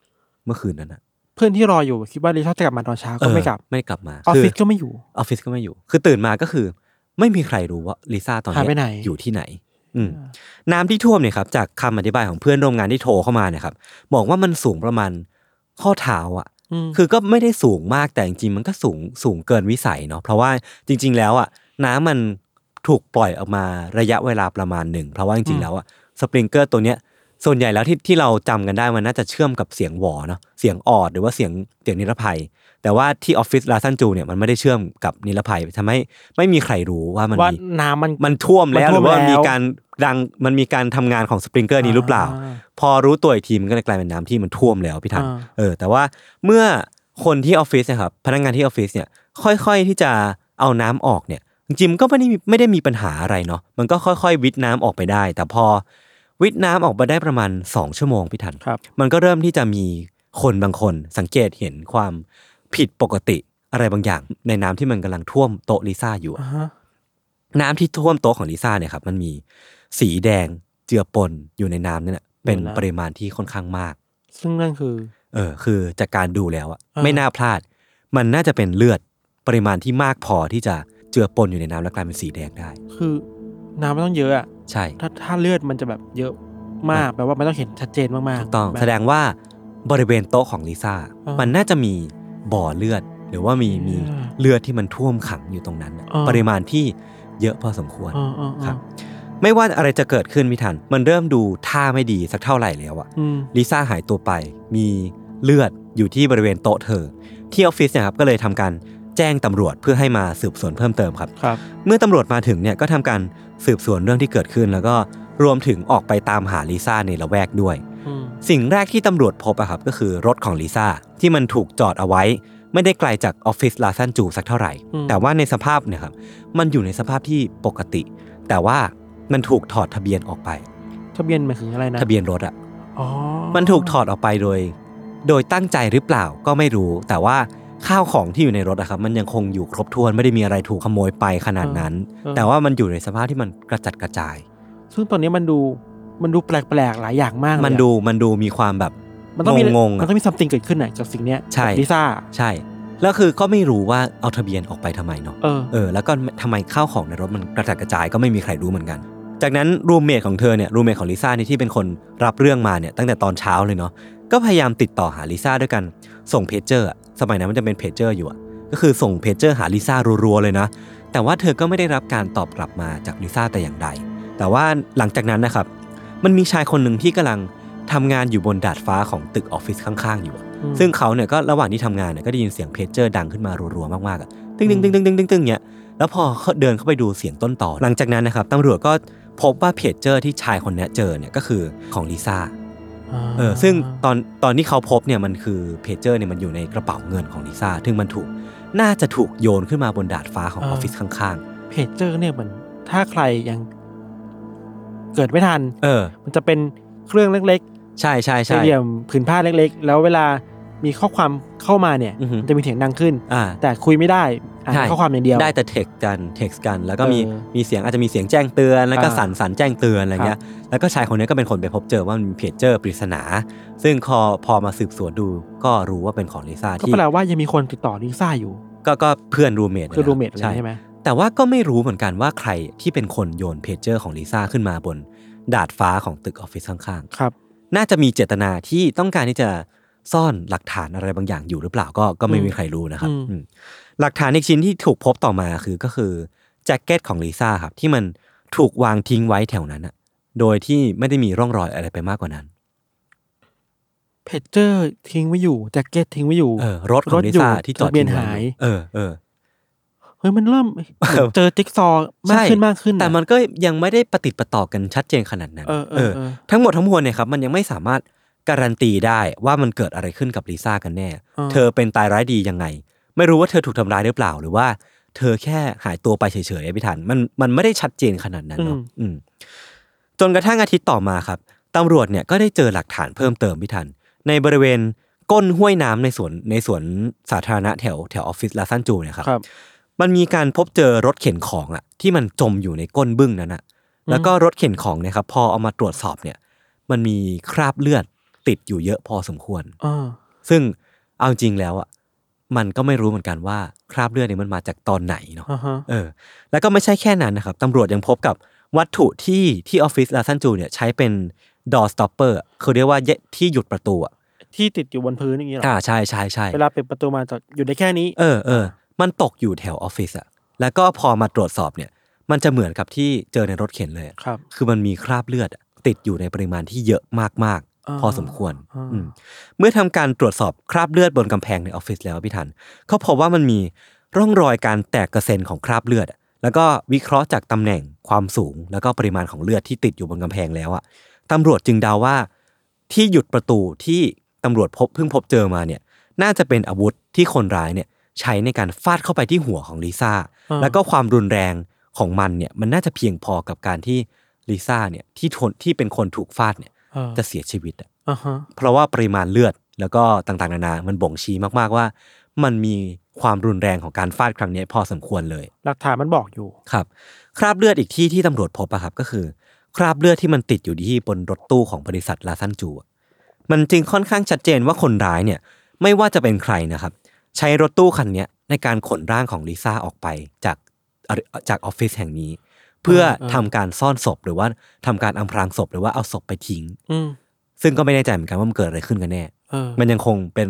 เมื่อคืนนั้นอ่ะ เพื่อนที่รออยู่คิดว่าลิซ่าจะกลับมาตอนเช้าก็ไม่กลับ เออไม่ได้กลับมา ออฟ คื ฟิศก็ไม่อยู่ ออฟฟิศก็ไม่อยู่ คือตื่นมาก็คือ ไม่มีใครรู้ว่าลิซ่าตอน หายไปไหน เนี้ยอยู่ที่ไหน อืมน้ำที่ท่วมเนี่ยครับจากคำอธิบายของเพื่อนร่วมงานที่โทรเข้ามาเนี่ยครับบอกว่ามันสูงประมาณข้อเท้าอ่ะ ม คือก็ไม่ได้สูงมากแต่จริงๆมันก็สูงสูงเกินวิสัยเนาะเพราะว่าจริง ๆ แล้วอ่ะน้ำมันถูกปล่อยออกมาระยะเวลาประมาณหนึ่งเพราะว่าจริงๆแล้วอ่ะ สปริงเกอร์ตัวเนี้ยส่วนใหญ่แล้วที่ที่เราจำกันได้มันน่าจะเชื่อมกับเสียงหวอเนาะเสียงออดหรือว่าเสียงเสียงนิรภัย แต่ว่าที่ออฟฟิศลาซันจูเนี่ยมันไม่ได้เชื่อมกับนิรภัยทำให้ไม่มีใครรู้ว่ามัน ว่า มี น้ำมัน มันท่วมแล้ว มันหรือท่วมว่า แล้ว มีการดังมันมีการทำงานของสปริงเกอร์นี้หรือเปล่า อ่า พอรู้ตัวอีกทีมันก็เลยกลายเป็นน้ำที่มันท่วมแล้วพี่ทัน อ่า เออแต่ว่าเมื่อคนที่ออฟฟิศเนะครับพนักงานที่ออฟฟิศเนี่ยค่อยๆที่จะเอาน้ำออกเนี่ยจริงๆก็ไม่ได้มีไม่ได้มีปัญหาอะไรเนาะมันก็ค่อยๆ วิทย์น้ำออกไปได้ แต่พอวิทย์น้ำออกมาได้ประมาณ 2 ชั่วโมงพี่ทัน ครับ มันก็เริ่มที่จะมีคนบางคนสังเกตเห็นความผิดปกติอะไรบางอย่าง ในน้ำที่มันกำลังท่วมโต๊ะลิซ่าอยู่อะ น้ำที่ท่วมโต๊ะของลิซ่าเนี่ยครับมันมีสีแดงเจือปนอยู่ในน้ำเนี่ยแหละเป็น อยู่แล้ว ปริมาณที่ค่อนข้างมาก ซึ่งนั่นคือ เออคือจากการดูแล้วอะ อ่า ไม่น่าพลาด มันน่าจะเป็นเลือดปริมาณที่มากพอที่จะเจือปนอยู่ในน้ำและกลายเป็นสีแดงได้ คือน้ำมันต้องเยอะอะ ใช่ ถ้าถ้าเลือดมันจะแบบเยอะมากแปลว่ามันต้องเห็นชัดเจนมากๆ ถูกต้อง บบ แสดงว่าบริเวณโต๊ะของลิซ่า อ่ามั มันน่าจะมีบ่อเลือด หรือว่ามีมี อ่า เลือดที่มันท่วมขังอยู่ตรงนั้นอะ อ่า ปริมาณที่เยอะพอสมควร อ่าอ่าอ่า ครับ ไม่ว่าอะไรจะเกิดขึ้นพี่ทัน มันเริ่มดูท่าไม่ดีสักเท่าไหร่แล้วอะ อืม ลิซ่าหายตัวไป มีเลือดอยู่ที่บริเวณโต๊ะเธอ ที่ออฟฟิศเนะครับก็เลยทำการแจ้งตำรวจเพื่อให้มาสืบสวนเพิ่มเติมครับ ครับ เมื่อตำรวจมาถึงเนี่ยก็ทำการสืบสวนเรื่องที่เกิดขึ้น แล้วก็รวมถึงออกไปตามหาลิซ่าในละแวกด้วย อืม สิ่งแรกที่ตำรวจพบอะครับก็คือรถของลิซ่าที่มันถูกจอดเอาไว้ ไม่ได้ไกลจากออฟฟิศลาซันจูสักเท่าไหร่ อืม แต่ว่าในสภาพเนี่ยครับมันอยู่ในสภาพที่ปกติ แต่ว่ามันถูกถอดทะเบียนออกไป ทะเบียนหมายถึงอะไรนะ ทะเบียนรถอะ อ๋อ มันถูกถอดออกไปโดย โดยตั้งใจหรือเปล่าก็ไม่รู้ แต่ว่าข้าวของที่อยู่ในรถอะครับมันยังคงอยู่ครบถ้วนไม่ได้มีอะไรถูกขโมยไปขนาดนั้น แต่ว่ามันอยู่ในสภาพที่มันกระจัดกระจาย ซึ่งตอนนี้มันดูมันดูแปลกๆหลายอย่างมากเลยอะ มันดูมันดูมีความแบบ มันต้องมี งงๆอะ มันต้องมีซัมติงเกิดขึ้นน่ะจากสิ่งเนี้ย ใช่ จากลิซ่า ใช่ แล้วคือก็ไม่รู้ว่าเอาทะเบียนออกไปทำไมเนาะ เออ เออแล้วก็ทำไมข้าวของในรถมันกระจัดกระจายก็ไม่มีใครรู้เหมือนกัน จากนั้นรูมเมทของเธอเนี่ยรูมเมทของลิซ่านี่ที่เป็นคนรับเรื่องมาเนี่ยตั้งแต่ตอนเช้าเลยเนาะก็พยายามติดต่อหาลิซ่าด้วยกันส่งเพจเจอร์อะสมัยนั้นมันจะเป็นเพจเจอร์อยู่อะก็คือส่งเพจเจอร์หาลิซ่ารัวๆเลยนะ แต่ว่าเธอก็ไม่ได้รับการตอบกลับมาจากลิซ่าแต่อย่างใด แต่ว่าหลังจากนั้นนะครับ มันมีชายคนหนึ่งที่กำลังทำงานอยู่บนดาดฟ้าของตึกออฟฟิศข้างๆอยู่อะ อืม ซึ่งเขาเนี่ยก็ระหว่างที่ทำงานเนี่ยก็ได้ยินเสียงเพจเจอร์ดังขึ้นมารัวๆมากๆอะตึ้งตึ้งตึ้งตึ้งตึ้งตึ้งเนี่ย แล้วพอเขาเดินเข้าไปดูเสียงต้นต่อ หลังจากนั้นนะครับตำรวจก็พบว่าเพจเจอร์ที่ชายคนเนี้ยเจอเนี่ยก็คือของลิซ่า เออ ซึ่งตอนตอนที่เขาพบเนี่ยมันคือเพจเจอร์เนี่ยมันอยู่ในกระเป๋าเงินของลิซ่า ซึ่งมันถูก น่าจะถูกโยนขึ้นมาบนดาดฟ้าของอ อ่า อฟฟิศข้าง เพจเจอร์เนี่ยเหมือนถ้าใครยัง เกิดไม่ทัน ๆ เออ มันจะเป็นเครื่องเล็ก ใช่ใช่ ๆ ใช่ เหลี่ยมผืนผ้าเล็กๆ แล้วเวลามีข้อความเข้ามาเนี่ย อือหือ จะมีเสียงดังขึ้น อ่า แต่คุยไม่ได้อ่าน ใช่ ข้อความอย่างเดียว ได้แต่เท็กกันเท็กกัน แล้วก็มี เออ มีเสียงอาจจะมีเสียงแจ้งเตือน แล้วก็ อ่า สั่นสั่นแจ้งเตือนอะไรเงี้ยแล้วก็ชายคนนี้ก็เป็นคนไปพบเจอว่ามันมีเพจเจอร์ปริศนา ซึ่งคอพอมาสืบสวนดูก็รู้ว่าเป็นของลิซ่า ก็ ที่ แปลว่ายังมีคนติดต่อลิซ่าอยู่ ก็ก็เพื่อนรูเมท คือรูเมทใช่ไหม แต่ว่าก็ไม่รู้เหมือนกันว่าใครที่เป็นคนโยนเพจเจอร์ของลิซ่าขึ้นมาบนดาดฟ้าของตึกออฟฟิศข้าง ครับ ๆ น่าจะมีเจตนาที่ต้องการที่จะซ่อนหลักฐานอะไรบางอย่างอยู่หรือเปล่าก็ก็ไม่มีใครรู้นะครับ อืม อืม หลักฐานอีกชิ้นที่ถูกพบต่อมาคือก็คือแจ็คเก็ตของลิซ่าครับที่มันถูกวางทิ้งไว้แถวนั้นอะโดยที่ไม่ได้มีร่องรอยอะไรไปมากกว่านั้น เพจเจอร์ทิ้งไว้อยู่แจ็คเก็ตทิ้งไว้อยู่ เออรถของลิซ่าร ถอยู่ ที่จอด ทะเบียน ทิ้งไว้ หาย เออเออ เฮ้ยมัน เริ่มเหมือนเจอติ๊กซอว์มาก ใช่ ขึ้นมากขึ้น แต่มันก็ยังไม่ได้ปฏิดประต่อกันชัดเจนขนาดนั้น เออเออเออ ทั้งหมดทั้งมวลเนี่ยครับมันยังไม่สามารถการันตีได้ว่ามันเกิดอะไรขึ้นกับลิซ่ากันแน่ เออ เธอเป็นตายร้ายดียังไง ไม่รู้ว่าเธอถูกทำร้ายหรือเปล่าหรือว่า เธอแค่หายตัวไปเฉยๆอะพี่ทันมันมันไม่ได้ชัดเจนขนาดนั้นเนาะอืม จนกระทั่งอาทิตย์ต่อมาครับตำรวจเนี่ยก็ได้เจอหลักฐานเพิ่มเติมพี่ทัน ในบริเวณก้นห้วยน้ำในสวนในสวนสาธารณะแถวแถวออฟฟิศลาซันจูเนี่ยครับ ครับ มันมีการพบเจอรถเข็นของอะที่มันจมอยู่ในก้นบึ้งนั้นอะแล้วก็รถเข็นของเนี่ยครับพอเอามาตรวจสอบเนี่ย มันมีคราบเลือดติดอยู่เยอะพอสมควร อ่า ซึ่งเอาจริงแล้วอะมันก็ไม่รู้เหมือนกันว่าคราบเลือดเนี่ยมันมาจากตอนไหนเนาะ อ่าฮะ เออแล้วก็ไม่ใช่แค่นั้นนะครับตำรวจยังพบกับวัตถุที่ที่ออฟฟิศลาซันจูเนี่ยใช้เป็น door stopper อะคือเรียกว่าเยที่หยุดประตูอ่ะ ที่ติดอยู่บนพื้นอย่างนี้เหรอ อ่า อ ใช่ใช่ใช่ เวลาปิดประตูมาจะอยู่ได้แค่นี้ เออเออมันตกอยู่แถวออฟฟิศอ่ะแล้วก็พอมาตรวจสอบเนี่ย มันจะเหมือนกับที่เจอในรถเข็นเลยอะ ครับ คือมันมีคราบเลือดอะ ติดอยู่ในปริมาณที่เยอะมาก อ่า ๆ พอสมควร อ่า อืมเมื่อทำการตรวจสอบคราบเลือดบนกำแพงในออฟฟิศแล้วพี่ทันเขาพบว่ามันมีร่องรอยการแตกกระเซ็นของคราบเลือดอะแล้วก็วิเคราะห์จากตำแหน่งความสูง แล้วก็ปริมาณของเลือดที่ติดอยู่บนกำแพงแล้วอะตำรวจจึงเดาว่า ที่หยุดประตูที่ตำรวจพบเพิ่งพบเจอมาเนี่ย น่าจะเป็นอาวุธที่คนร้ายเนี่ยใช้ในการฟาดเข้าไปที่หัวของลิซ่า อ่า แล้วก็ความรุนแรงของมันเนี่ยมันน่าจะเพียงพอกับการที่ลิซ่าเนี่ยที่ทนที่เป็นคนถูกฟาดเนี่ย เออ จะเสียชีวิตอะ อ่าฮะ เพราะว่าปริมาณเลือดแล้วก็ต่างๆนานา มันบ่งชี้มากๆว่า มันมีความรุนแรงของการฟาดครั้งเนี้ยพอสมควรเลย หลักฐานมันบอกอยู่ ครับคราบเลือดอีกที่ที่ตำรวจพบอะครับก็คือ คราบเลือดที่มันติดอยู่ที่บนรถตู้ของบริษัทลาซันจูอะมันจึงค่อนข้างชัดเจนว่าคนร้ายเนี่ยไม่ว่าจะเป็นใครนะครับ ใช้รถตู้คันเนี้ยในการขนร่างของลิซ่าออกไปจากเอ่อจากออฟฟิศแห่งนี้ เพื่อทำการซ่อนศพหรือว่าทำการอำพรางศพหรือว่าเอาศพไปทิ้ง อืม ซึ่งก็ไม่แน่ใจเหมือนกันว่ามันเกิดอะไรขึ้นกันแน่ เออ มันยังคงเป็น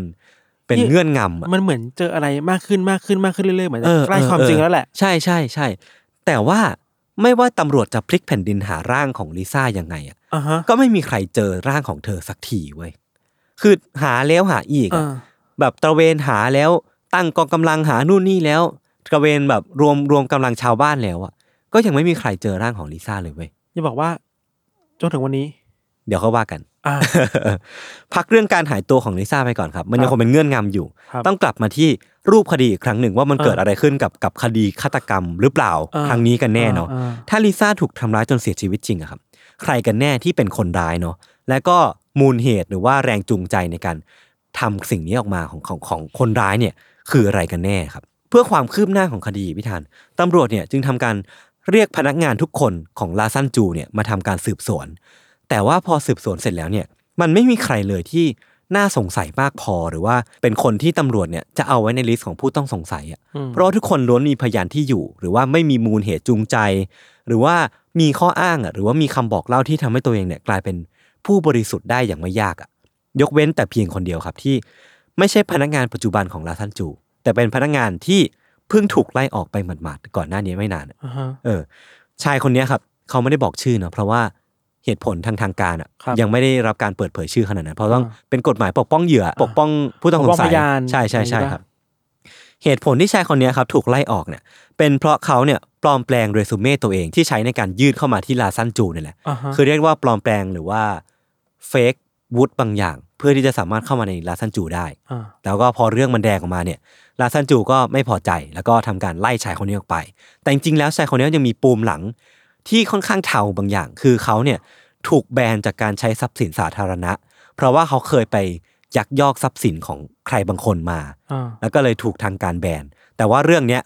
เป็น นี่ เงื่อนงำอะ มันเหมือนเจออะไรมากขึ้นมากขึ้นมากขึ้นเรื่อยๆเหมือนจะ เออ ใกล้ เออ ความ เออ จริงแล้วแหละ ใช่ใช่ใช่แต่ว่าไม่ว่าตำรวจจะพลิกแผ่นดินหาร่างของลิซ่ายังไงอะ อ่าฮะ ก็ไม่มีใครเจอร่างของเธอสักทีเว้ยคือหาแล้วหาอีก เอ อะ อ แบบตระเวนหาแล้วตั้งกองกำลังหานู่นนี่แล้วตระเวนแบบรวมรวมกำลังชาวบ้านแล้วอะก็ยังไม่มีใครเจอร่างของลิซ่าเลยเว้ย อย่าบอกว่า จนถึงวันนี้ เดี๋ยวเขาว่ากัน อ่า พักเรื่องการหายตัวของลิซ่าไปก่อนครับ มันยังคงเป็นเงื่อนงำอยู่ ครับ ต้องกลับมาที่รูปคดีอีกครั้งหนึ่งว่ามัน เออ เกิดอะไรขึ้นกับกับคดีฆาตกรรมหรือเปล่า เออ ครั้งนี้กันแน่เนาะ อ่า ถ้าลิซ่าถูกทำร้ายจนเสียชีวิตจริงอะครับ ใครกันแน่ที่เป็นคนร้ายเนาะและก็มูลเหตุหรือว่าแรงจูงใจในการทำสิ่งนี้ออกมาของของของคนร้ายเนี่ยคืออะไรกันแน่ครับ เพื่อความคืบหน้าของคดีพิธานตำรวจเนี่ยจึงทำการเรียกพนักงานทุกคนของลาซันจูเนี่ยมาทำการสืบสวน แต่ว่าพอสืบสวนเสร็จแล้วเนี่ยมันไม่มีใครเลยที่น่าสงสัยมากพอหรือว่าเป็นคนที่ตำรวจเนี่ยจะเอาไว้ในลิสต์ของผู้ต้องสงสัยอะ อืม เพราะว่าทุกคนล้วนมีพยานที่อยู่ หรือว่าไม่มีมูลเหตุจูงใจ หรือว่ามีข้ออ้างอ่ะหรือว่ามีคำบอกเล่าที่ทำให้ตัวเองเนี่ยกลายเป็นผู้บริสุทธิ์ได้อย่างไม่ยากอ่ะยกเว้นแต่เพียงคนเดียวครับที่ ไม่ใช่พนักงานปัจจุบันของลาทันจู แต่เป็นพนักงานที่เพิ่งถูกไล่ออกไปหมาดๆก่อนหน้านี้ไม่นานอะ อ่าฮะ เออ ชายคนเนี้ยครับ เขาไม่ได้บอกชื่อเนอะเพราะว่าเหตุผลทางทางการอ่ะ ครับ ยังไม่ได้รับการเปิดเผยชื่อขนาดนั้น เพราะต้อง อ่า เป็นกฎหมายปกป้องเหยื่อ ปกป้องผู้ต้องสงสั ปกป้อง ย พยาน ใช่ใช่ใช่ อย่างนี้ปะ ครับ เหตุผลที่ชายคนเนี้ยครับถูกไล่ออกเนี่ยเป็นเพราะเขาเนี่ยปลอมแปลงเรซูเม่ตัวเองที่ใช้ในการยื่นเข้ามาที่ลาซันจูเนี่ยแหละ อ่าฮะ คือเรียกว่าปลอมแปลงหรือว่าเฟกวุฒิบางอย่าง เพื่อที่จะสามารถเข้ามาในลาซันจูได้ อ่า แล้วก็พอเรื่องมันแดงออกมาเนี่ยลาซันจูก็ไม่พอใจแล้วก็ทำการไล่ชายคนนี้ออกไป แต่จริงๆแล้วชายคนนี้ยังมีปูมหลังที่ค่อนข้างเทาบางอย่าง คือเขาเนี่ยถูกแบนจากการใช้ทรัพย์สินสาธารณะ เพราะว่าเขาเคยไปยักยอกทรัพย์สินของใครบางคนมา อ่า แล้วก็เลยถูกทางการแบน แต่ว่าเรื่องเนี้ย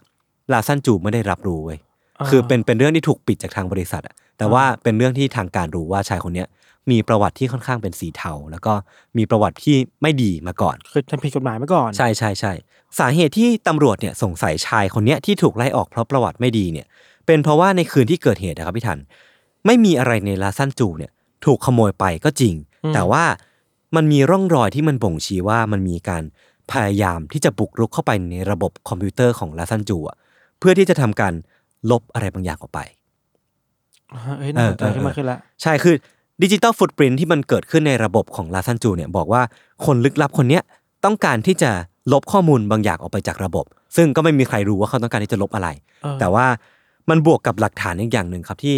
ลาซันจูไม่ได้รับรู้เว้ย า คือเป็นเป็นเรื่องที่ถูกปิดจากทางบริษัทอะแต่ว่าเป็นเรื่องที่ทางการรู้ว่าชายคนเนี้ยมีประวัติที่ค่อนข้างเป็นสีเทา แล้วก็มีประวัติที่ไม่ดีมาก่อน เคยทำผิดกฎหมายมาก่อน ใช่ใช่ใช่ สาเหตุที่ตำรวจเนี่ยสงสัยชายคนเนี้ยที่ถูกไล่ออกเพราะประวัติไม่ดีเนี่ย เป็นเพราะว่าในคืนที่เกิดเหตุนะครับพี่ทัน ไม่มีอะไรในลาซันจูเนี่ยถูกขโมยไปก็จริง แต่ว่ามันมีร่องรอยที่มันบ่งชี้ว่ามันมีการพยายามที่จะบุกรุกเข้าไปในระบบคอมพิวเตอร์ของลาซันจูอะเพื่อที่จะทำการลบอะไรบางอย่างออกไป อ่าฮะเฮ้ยน่าสนใจ เออเออ ขึ้นมากขึ้นละ ใช่ คือดิจิตอลฟุตปรินที่มันเกิดขึ้นในระบบของลาซันจูเนี่ยบอกว่าคนลึกลับคนเนี้ยต้องการที่จะลบข้อมูลบางอย่างออกไปจากระบบ ซึ่งก็ไม่มีใครรู้ว่าเขาต้องการที่จะลบอะไร เออ แต่ว่ามันบวกกับหลักฐานอีกอย่างหนึ่งครับที่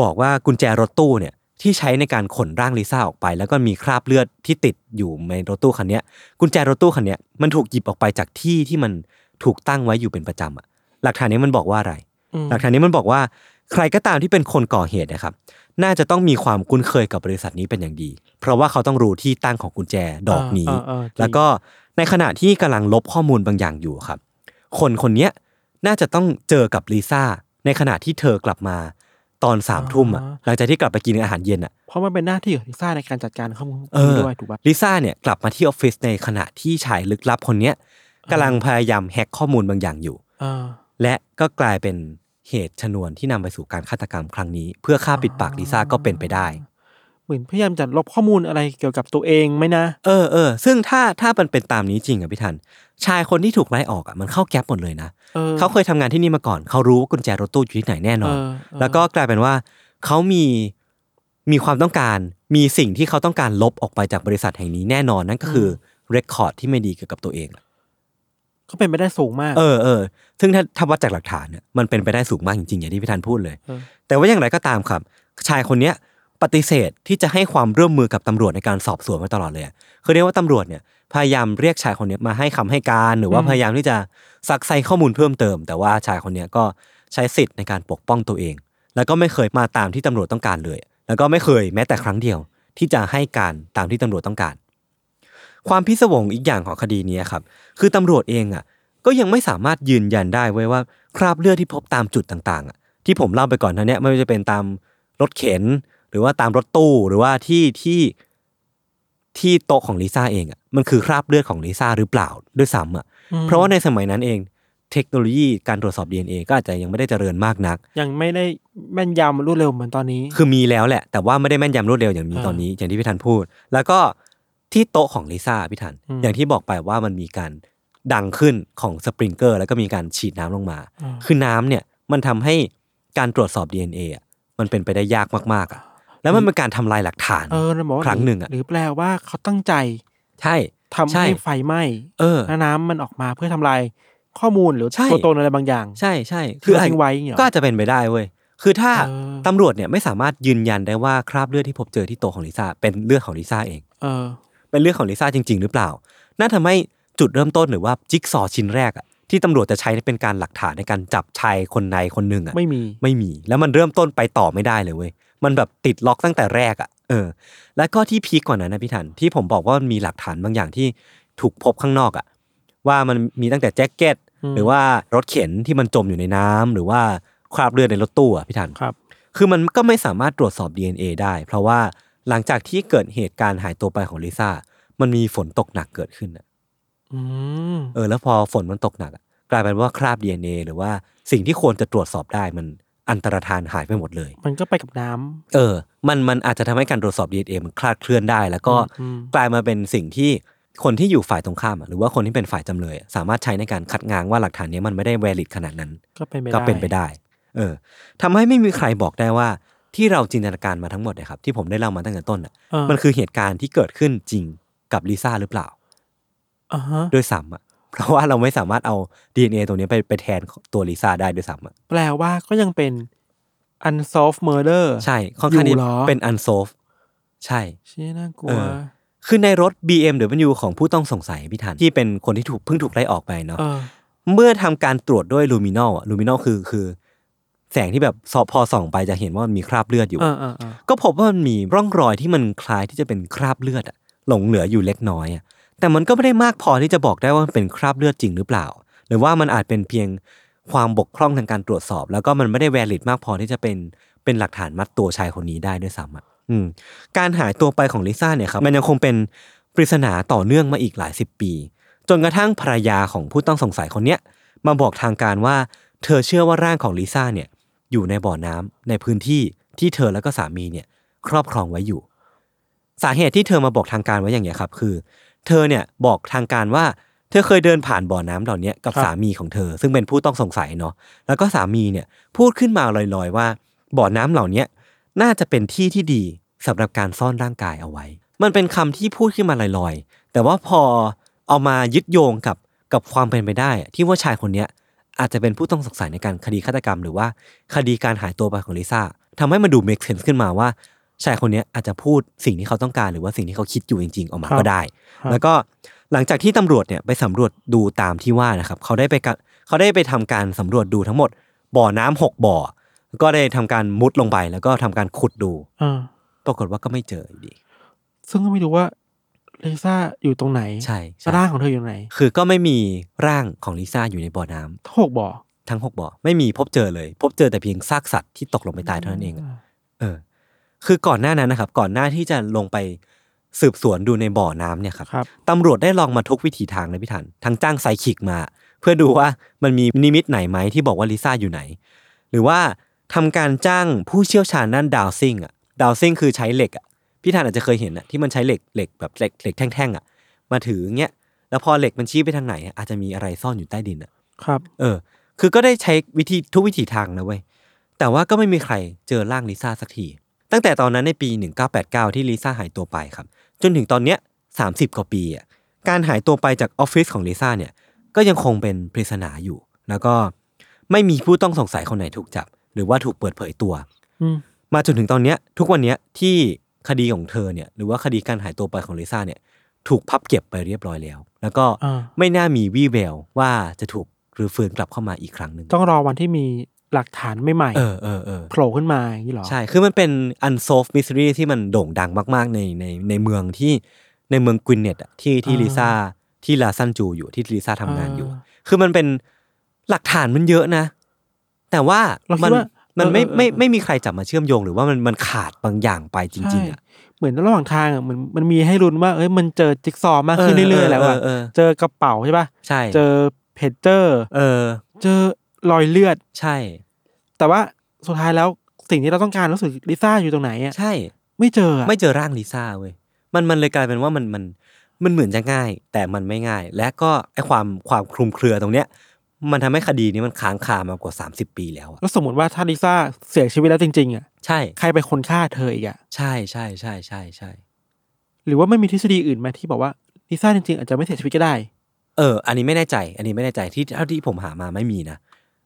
บอกว่ากุญแจรถตู้เนี่ยที่ใช้ในการขนร่างลิซ่าออกไป แล้วก็มีคราบเลือดที่ติดอยู่ในรถตู้คันเนี้ยกุญแจรถตู้คันเนี้ยมันถูกหยิบออกไปจากที่ที่มันถูกตั้งไว้อยู่เป็นประจำอะหลักฐานนี้มันบอกว่าอะไร อืม หลักฐานนี้มันบอกว่าใครก็ตามที่เป็นคนก่อเหตุนะครับ น่าจะต้องมีความคุ้นเคยกับบริษัทนี้เป็นอย่างดี เพราะว่าเขาต้องรู้ที่ตั้งของกุญแจดอกนี้ าา แล้วก็ในขณะที่กำลังลบข้อมูลบางอย่างอยู่ครับ คนคนเนี้ยน่าจะต้องเจอกับลิซ่าในขณะที่เธอกลับมาตอนสามทุ่มอะหลังจากที่กลับไปกินอาหารเย็นอะ เพราะมันเป็นหน้าที่ของลิซ่าในการจัดการข้อมูล เออ ด้วยถูกป่ะ ลิซ่าเนี่ยกลับมาที่ออฟฟิศในขณะที่ชายลึกลับคนเนี้ยกำลังพยายามแฮ็กข้อมูลบางอย่างอยู่ อ่า และก็กลายเป็นเหตุชนวนที่นำไปสู่การฆาตกรรมครั้งนี้ เพื่อฆ่าปิดปากลิซ่าก็เป็นไปได้ เหมือนพยายามจะลบข้อมูลอะไรเกี่ยวกับตัวเองไหมนะ เออเออซึ่งถ้าถ้ามันเป็นตามนี้จริงอ่ะพี่ทัน ชายคนที่ถูกไล่ออกอ่ะมันเข้าแก๊ปหมดเลยนะ เออ เขาเคยทำงานที่นี่มาก่อน เขารู้ว่ากุญแจรถตู้อยู่ที่ไหนแน่นอน เออเออ แล้วก็กลายเป็นว่าเขามี มีความต้องการมีสิ่งที่เขาต้องการลบออกไปจากบริษัทแห่งนี้แน่นอนนั่นก็คือเรคคอร์ดที่ไม่ดีเกี่ยวกับตัวเอง ก็เป็นไปได้สูงมาก เออเออซึ่งถ้าถ้าวัดจากหลักฐานเนี่ยมันเป็นไปได้สูงมากจริงๆอย่างที่พี่ธันพูดเลย อืม แต่ว่าอย่างไรก็ตามครับ ชายคนเนี้ยปฏิเสธที่จะให้ความร่วมมือกับตำรวจในการสอบสวนมาตลอดเลยอะคือเรียกว่าตำรวจเนี่ยพยายามเรียกชายคนเนี้ยมาให้คำให้การหรือว่าพยายามที่จะซักไซข้อมูลเพิ่มเติม แต่ว่าชายคนเนี้ยก็ใช้สิทธิ์ในการปกป้องตัวเอง แล้วก็ไม่เคยมาตามที่ตำรวจต้องการเลย แล้วก็ไม่เคยแม้แต่ครั้งเดียว ที่จะให้การตามที่ตำรวจต้องการ ความพิศวงอีกอย่างของคดีเนี้ยครับ คือตำรวจเองอ่ะ ก็ยังไม่สามารถยืนยันได้ไว้ยว่า คราบเลือดที่พบตามจุดต่างๆอะที่ผมเล่าไปก่อนหนั้านเนี้ยไม่ว่าจะเป็นตามรถเข็น หรือว่าตามรถตู้หรือว่าที่ที่ที่โต๊ะของลิซ่าเองอ่ะมันคือคราบเลือดของลิซ่าหรือเปล่าด้วยซ้ำอ่ะเพราะว่าในสมัยนั้นเอง เทคโนโลยีการตรวจสอบ DNA ก็อาจจะยังไม่ได้เจริญมากนัก ยังไม่ได้แม่นยำรวดเร็วเหมือนตอนนี้ คือมีแล้วแหละ แต่ว่าไม่ได้แม่นยำรวดเร็วอย่างมี อ่า ตอนนี้อย่างที่พี่ธันพูด แล้วก็ที่โต๊ะของลิซ่าพี่ธัน อืม อย่างที่บอกไปว่ามันมีการดังขึ้นของสปริงเกอร์แล้วก็มีการฉีดน้ำลงมา อ่า คือน้ำเนี่ยมันทำให้การตรวจสอบ DNA อ่ะมันเป็นไปได้ยากมากๆอ่ะแล้วมันเป็นการทำลายหลักฐาน เออนะบอกว่า ครั้งหนึ่งอะ หรือแปลว่าเขาตั้งใจ ใช่ ทำ ช่ ให้ไฟไหม้ เออ แล้วน้ำมันออกมาเพื่อทำลายข้อมูลหรือ ใช่ ตัวตนอะไรบางอย่าง ใช่ใช่ คือทิ้งไว้อย่างเงี้ยหรอ ก็อาจจะเป็นไปได้เว้ยคือถ้า เออ ตำรวจเนี่ยไม่สามารถยืนยันได้ว่าคราบเลือดที่พบเจอที่โต๊ะของลิซ่าเป็นเลือดของลิซ่าเอง เออ เป็นเรื่องของลิซ่าจริง ๆ หรือเปล่า น่าทำให้จุดเริ่มต้นหรือว่าจิ๊กซอว์ชิ้นแรกอะที่ตำรวจจะใช้เป็นการหลักฐานในการจับชายคนในคนหนึ่งอะ ไม่มี ไม่มี แล้วมันเริ่มต้นไปต่อไม่ได้เลยเว้ย มันแบบติดล็อกตั้งแต่แรกอะเออ แล้วก็ที่พีกกว่านั้นนะพี่ทันที่ผมบอกว่ามันมีหลักฐานบางอย่างที่ถูกพบข้างนอกอะว่ามันมีตั้งแต่แจ็คเก็ต หรือว่ารถเข็นที่มันจมอยู่ในน้ำหรือว่าคราบเลือดในรถตู้อะพี่ทัน ครับ คือมันก็ไม่สามารถตรวจสอบ DNA ได้ เพราะว่าหลังจากที่เกิดเหตุการณ์หายตัวไปของลิซ่า มันมีฝนตกหนักเกิดขึ้นน่ะ อืม เออแล้วพอฝนมันตกหนักอะกลายเป็นว่าคราบ DNA หรือว่าสิ่งที่ควรจะตรวจสอบได้มันอันตรธานหายไปหมดเลย มันก็ไปกับน้ำ เออ มันมันอาจจะทำให้การตรวจสอบ DNA มันคลาดเคลื่อนได้ แล้วก็ อืม กลายมาเป็นสิ่งที่คนที่อยู่ฝ่ายตรงข้ามอะหรือว่าคนที่เป็นฝ่ายจำเลยอะสามารถใช้ในการคัดง้างว่าหลักฐานเนี้ยมันไม่ได้แวลิดขนาดนั้น ก็เป็นไปได้ ก็เป็นไปได้ เออทำให้ไม่มีใครบอกได้ว่าที่เราจินตนาการมาทั้งหมดเนะครับ ที่ผมได้เล่ามาตั้งแต่ต้นน่ะ เออ มันคือเหตุการณ์ที่เกิดขึ้นจริงกับลิซ่าหรือเปล่า อ่าฮะ ด้วยซ้ำอ่ะ เพราะว่าเราไม่สามารถเอา DNA ตรงนี้ไปไปแทนตัวลิซ่าได้ด้วยซ้ำอ่ะ แปลว่าก็ยังเป็น unsolved murder ใช่ค่อนข้าง อยู่ ที่ เหรอ เป็นอันโซฟใช่ เชี่ยน่ากลั เอ ว อ คือในรถ BMW ของผู้ต้องสงสัยพี่ทันที่เป็นคนที่ถูกเพิ่งถูกไล่ออกไปเนาะ เออ เมื่อทำการตรวจด้วยลูมินอลลูมินอลคือคือ แสงที่แบบสอพอส่องไปจะเห็นว่ามันมีคราบเลือดอยู่ เออเออเออ ก็พบว่ามันมีร่องรอยที่มันคล้ายที่จะเป็นคราบเลือดอะหลงเหลืออยู่เล็กน้อยอะแต่มันก็ไม่ได้มากพอที่จะบอกได้ว่ามันเป็นคราบเลือดจริงหรือเปล่า หรือว่ามันอาจเป็นเพียงความบกพร่องทางการตรวจสอบ แล้วก็มันไม่ได้แวลิดมากพอที่จะเป็นเป็นหลักฐานมัดตัวชายคนนี้ได้ด้วยซ้ำอะอืมการหายตัวไปของลิซ่าเนี่ยครับมันยังคงเป็นปริศนาต่อเนื่องมาอีกหลายสิบปี จนกระทั่งภรรยาของผู้ต้องสงสัยคนเนี้ยมาบอกทางการว่า เธอเชื่อว่าร่างของลิซ่าเนี่ย อยู่ในบ่อน้ำในพื้นที่ที่เธอแล้วก็สามีเนี่ย ครอบครองไว้อยู่ สาเหตุที่เธอมาบอกทางการไว้อย่างเงี้ยครับ คือ เธอเนี่ยบอกทางการว่า เธอเคยเดินผ่านบ่อน้ำเหล่าเนี้ยกับสามีของเธอ ซึ่งเป็นผู้ต้องสงสัยเนาะแล้วก็สามีเนี่ยพูดขึ้นมาลอยๆ ว่า บ่อน้ำเหล่าเนี้ยน่าจะเป็นที่ที่ดีสำหรับการซ่อนร่างกายเอาไว้ มันเป็นคำที่พูดขึ้นมาลอยๆ แต่ว่าพอเอามายึดโยงกับกับความเป็นไปได้อะที่ว่าชายคนเนี้ย อาจจะเป็นผู้ต้องสงสัยในการคดีฆาตกรรม หรือว่าคดีการหายตัวไปของลิซ่าทำให้มันดู make sense ขึ้นมาว่าชายคนเนี้ยอาจจะพูดสิ่งที่เขาต้องการ หรือว่าสิ่งที่เขาคิดอยู่จริง ๆ ออกมาก็ได้ แล้วก็หลังจากที่ตำรวจเนี่ยไปสำรวจดูตามที่ว่านะครับ เขาได้ไปกะเขาได้ไปทำการสำรวจดูทั้งหมด บ่อน้ำหกบ่อ ก็ได้ทำการมุดลงไปแล้วก็ทำการขุดดู เออ ปรากฏว่าก็ไม่เจออยู่ดี ซึ่งก็ไม่รู้ว่าลิซ่าอยู่ตรงไหน ใช่ใช่ ร่างของเธออยู่ไหน คือก็ไม่มีร่างของลิซ่าอยู่ในบ่อน้ำ ทั้งหกบ่อ ทั้งหกบ่อไม่มีพบเจอเลย พบเจอแต่เพียงซากสัตว์ที่ตกลงไปตายเท่านั้นเองอะ เออคือก่อนหน้านั้นนะครับ ก่อนหน้าที่จะลงไปสืบสวนดูในบ่อน้ำเนี่ยครับ ครับ ตำรวจได้ลองมาทุกวิถีทางเลยพี่ทันทั้งจ้างไซคิกมา เพื่อดูว่ามันมีนิมิตไหนไหมที่บอกว่าลิซ่าอยู่ไหน หรือว่าทำการจ้างผู้เชี่ยวชาญด้านดาวซิ่งอะดาวซิ่งคือใช้เหล็กอะพี่ทันอาจจะเคยเห็นอะที่มันใช้เหล็กเหล็กแบบเหล็กเหล็กแท่งๆอะมาถืออย่างเงี้ยแล้วพอเหล็กมันชี้ไปทางไหนอะอาจจะมีอะไรซ่อนอยู่ใต้ดินอะ ครับ เออ คือก็ได้ใช้วิธีทุกวิถีทางนะเว้ย แต่ว่าก็ไม่มีใครเจอร่างลิซ่าสักที ตั้งแต่ตอนนั้นในปี 1989 ที่ลิซ่าหายตัวไปครับ จนถึงตอนเนี้ย30 กว่าปีอะการหายตัวไปจากออฟฟิศของลิซ่าเนี่ย ก็ยังคงเป็นปริศนาอยู่ แล้วก็ไม่มีผู้ต้องสงสัยคนไหนถูกจับ หรือว่าถูกเปิดเผยตัว อืม มาจนถึงตอนเนี้ยทุกวันเนี้ยที่คดีของเธอเนี่ยหรือว่าคดีการหายตัวไปของลิซ่าเนี่ยถูกพับเก็บไปเรียบร้อยแล้ว แล้วก็ อ่า ไม่น่ามีวี่แววว่าจะถูกรื้อฟื้นกลับเข้ามาอีกครั้งหนึ่ง ต้องรอวันที่มีหลักฐานใหม่ เออเออเออ ๆโผล่ขึ้นมาอย่างนี้เหรอ ใช่ คือมันเป็น unsolved mystery ที่มันโด่งดังมาก ๆ ในในในเมืองที่ในเมืองกวินเนตอะที่ที่ลิซ่าที่ลาซันจูอยู่ที่ลิซ่าทำงานอยู่อะคือมันเป็นหลักฐานมันเยอะนะ แต่ว่า เรา มั คิดว่า มั มัน ไม่ไม่ไม่มีใครจับมาเชื่อมโยง หรือว่ามันมันขาดบางอย่างไปจริง ๆอะ เหมือนระหว่างทางอ่ะเหมือนมันมีให้รุนว่าเอ้ยมันเจอจิ๊กซอว์มากขึ้นเรื่อยๆแล้วอ่ะ เออ เจอกระเป๋าใช่ป่ะ ใช่ เจอเพจเจอร์ เออ เจอรอยเลือด ใช่ แต่ว่าสุดท้ายแล้วสิ่งที่เราต้องการรู้สึกลิซ่าอยู่ตรงไหนอ่ะ ใช่ ไม่เจออะ ไม่เจอร่างลิซ่าเว้ย มันมันเลยกลายเป็นว่ามันมันมันเหมือนจะง่าย แต่มันไม่ง่าย และก็ไอความความคลุมเครือตรงเนี้ย มันทำให้คดีนี้มันค้างคามากว่า 30 ปีแล้วอะ แล้วสมมติว่าถ้าลิซ่าเสียชีวิตแล้วจริง ๆอ่ะ ใช่ ใครเป็นคนฆ่าเธออีกอ่ะ ใช่ใช่ใช่ใช่ใช่ หรือว่าไม่มีทฤษฎีอื่นไหมาที่บอกว่าลิซ่าจริงๆ อาจจะไม่เสียชีวิตก็ได้ เออ อันนี้ไม่แน่ใจ อันนี้ไม่แน่ใจที่เท่าที่ผมหามาไม่มีนะ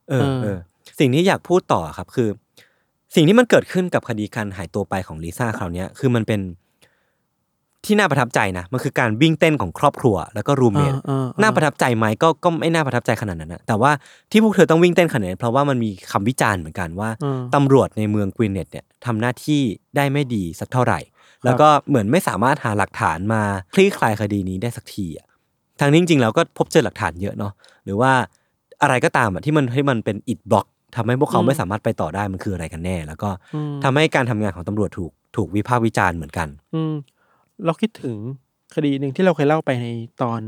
เออ เออ เออ สิ่งที่อยากพูดต่อครับคือ สิ่งที่มันเกิดขึ้นกับคดีการหายตัวไปของลิซ่าคราวเนี้ยคือมันเป็นที่น่าประทับใจนะมันคือการวิ่งเต้นของครอบครัว แล้วก็รูเมท เออเออ น่าประทับใจไหมก็ก็ไม่น่าประทับใจขนาดนั้นนะแต่ว่าที่พวกเธอต้องวิ่งเต้นขนาดนั้นเพราะว่ามันมีคำวิจารณ์เหมือนกันว่า เออ ตำรวจในเมืองกวินเนตเนี่ยทำหน้าที่ได้ไม่ดีสักเท่าไหร่ แล้วก็เหมือนไม่สามารถหาหลักฐานมาคลี่คลายคดีนี้ได้สักทีอ่ะทางนี้จริงๆแล้วก็พบเจอหลักฐานเยอะเนาะหรือว่าอะไรก็ตามอ่ะที่มันให้มันเป็นอิดบล็อกทำให้พวกเขา อืม ไม่สามารถไปต่อได้มันคืออะไรกันแน่ แล้วก็ อืม ทำให้การทำงานของตำรวจถูกถูกวิพากษ์วิจารณ์เหมือนกัน อืมเราคิดถึงคดีหนึ่งที่เราเคยเล่าไปในตอน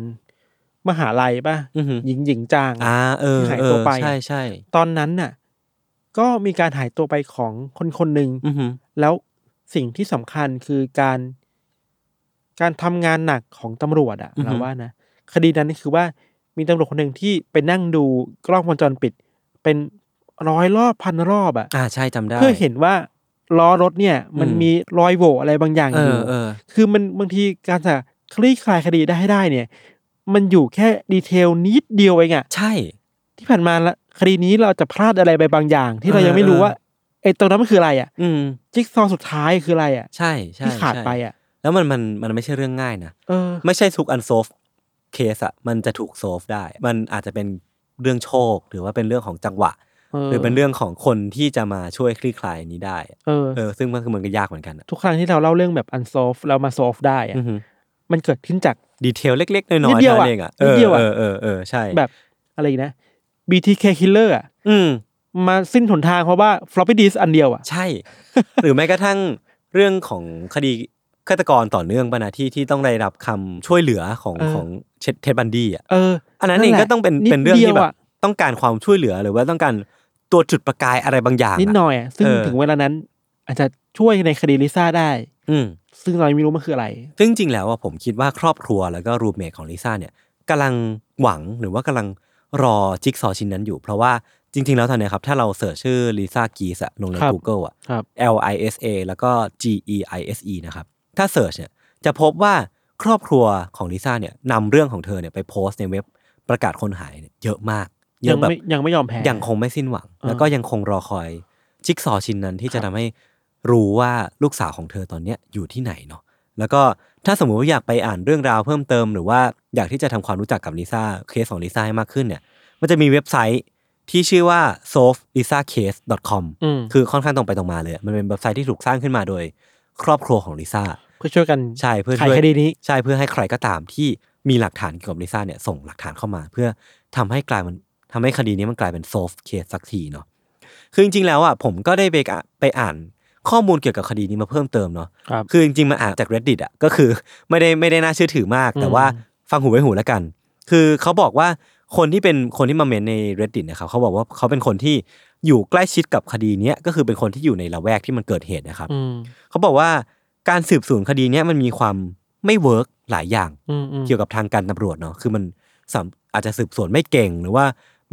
มหาลัยป่ะ อือหือ หญิงหญิงจาง อ่าเออ ที่หาย เอ ตัว อ ไป ใช่ใช่ ตอนนั้นน่ะ ก็มีการหายตัวไปของคนคนหนึ่ง อือหือ แล้วสิ่งที่สำคัญคือการ การทำงานหนักของตำรวจอะเราว่านะคดีนั้นนี่คือว่ามีตำรวจคนหนึ่งที่ไปนั่งดูกล้องวงจรปิด เป็นร้อยรอบพันรอบอะ อ่าใช่จำได้ เพื่อเห็นว่าล้อรถเนี่ย มันมีรอยโหว่อะไรบางอย่าง เอ อยู่ อเออ คือมันบางทีการจะคลี่คลายคดีได้ให้ได้เนี่ย มันอยู่แค่ดีเทลนิดเดียวเองอะ ใช่ ที่ผ่านมาละคดีนี้เราจะพลาดอะไรไปบางอย่าง ที่เรา เออ ยังไม่รู้ เออ ว่าไอ้ตรงนั้นมันคืออะไรอะ อืม จิ๊กซอว์สุดท้ายคืออะไรอะ ใช่ใช่ ที่ขาด ใช่ ไปอะ แล้วมันมันมันไม่ใช่เรื่องง่ายนะ เออ ไม่ใช่ทุกอันโซฟเคสอะมันจะถูกโซฟได้ มันอาจจะเป็นเรื่องโชค หรือว่าเป็นเรื่องของจังหวะ หรือเป็นเรื่องของคนที่จะมาช่วยคลี่คลายอันนี้ได้ เออ เออซึ่งมันคือมันก็ยากเหมือนกันอะ ทุกครั้งที่เราเล่าเรื่องแบบ unsolve เรามา solve ได้อะ อือหือ มันเกิดขึ้นจาก ดีเทลเล็ก ๆ น้อยๆ นิดเดียวอะ ท่าเองอะ นิดเดียวอะ เออเออเออใช่ แบบอะไรนะ BTK killer อะ อืม มาสิ้นหนทางเพราะว่า floppy disk อันเดียวอะ ใช่ หรือแม้กระทั่งเรื่องของคดีฆาตกรต่อเนื่องปะนะที่ที่ต้องได้รับคำช่วยเหลือของของเชดเท็ดบันดี้อะ เออ อันนั้นเอง นั่นแหละ ก็ต้องเป็น นิด เป็นเรื่อง เดีย ที่ ว แบบ อะ ต้องการความช่วยเหลือหรือว่าต้องการตัวจุดประกายอะไรบางอย่าง นิดหน่อยอะซึ่ง เออ ถึงเวลานั้น อาจจะช่วยในคดีลิซ่าได้ อืม ซึ่งเรายังไม่รู้มันคืออะไร ซึ่งจริงแล้วอะผมคิดว่าครอบครัวแล้วก็รูมเมทของลิซ่าเนี่ยกำลังหวังหรือว่ากำลังรอจิ๊กซอว์ชิ้นนั้นอยู่ เพราะว่าจริง ๆ แล้วตอนเนี้ยครับ ถ้าเราเสิร์ชชื่อลิซ่ากีสอะลงใน ครับ Google อะ ครับ L I S A แล้วก็ G E I S E นะครับ ถ้าเสิร์ชเนี่ยจะพบว่าครอบครัวของลิซ่าเนี่ยนำเรื่องของเธอเนี่ยไปโพสต์ในเว็บประกาศคนหายเนี่ยเยอะมากเย ยั อะ ง แบบ ไม่ยังไม่ยอมแพ้ ยังคงไม่สิ้นหวัง อ่า แล้วก็ยังคงรอคอยจิ๊กซอว์ชิ้นนั้นที่จะทำให้รู้ว่าลูกสาวของเธอตอนเนี้ยอยู่ที่ไหนเนาะแล้วก็ถ้าสมมติว่าอยากไปอ่านเรื่องราวเพิ่มเติม หรือว่าอยากที่จะทำความรู้จักกับลิซ่าเคสของลิซ่าให้มากขึ้นเนี่ยมันจะมีเว็บไซต์ที่ชื่อว่า solvelisacase.com อืม คือค่อนข้างตรงไปตรงมาเลย มันเป็นเว็บไซต์ที่ถูกสร้างขึ้นมาโดย ครอบครัวของลิซ่า เพื่อช่วยกัน ใช่เพื่อ ไข ช่วย คดีนี้ ใช่เพื่อให้ใครก็ตามที่มีหลักฐานเกี่ยวกับลิซ่าเนี่ยส่งหลักฐานเข้ามา เพื่อทำให้กลายมันทำให้คดีนี้มันกลายเป็นโซฟเคสสักทีเนาะคือจริงๆแล้วอ่ะผมก็ได้ไปอ่ะไปอ่านข้อมูลเกี่ยวกับคดีนี้มาเพิ่มเติมเนาะ ครับ คือจริงๆมาอ่านจาก reddit อ่ะก็คือ ไม่ได้ไม่ได้น่าเชื่อถือมาก แต่ว่าฟังหูไว้หูแล้วกัน คือเขาบอกว่าคนที่เป็นคนที่มาเมนใน reddit นะครับเขาบอกว่าเขาเป็นคนที่อยู่ใกล้ชิดกับคดีเนี้ยก็คือเป็นคนที่อยู่ในละแวกที่มันเกิดเหตุนะครับ อืม เขาบอกว่าการสืบสวนคดีเนี้ยมันมีความไม่เวิร์กหลายอย่าง อืมอืม เกี่ยวกับทางการตำรวจเนาะ คือมันสามอาจจะสืบสวนไม่เก่ง หรือว่า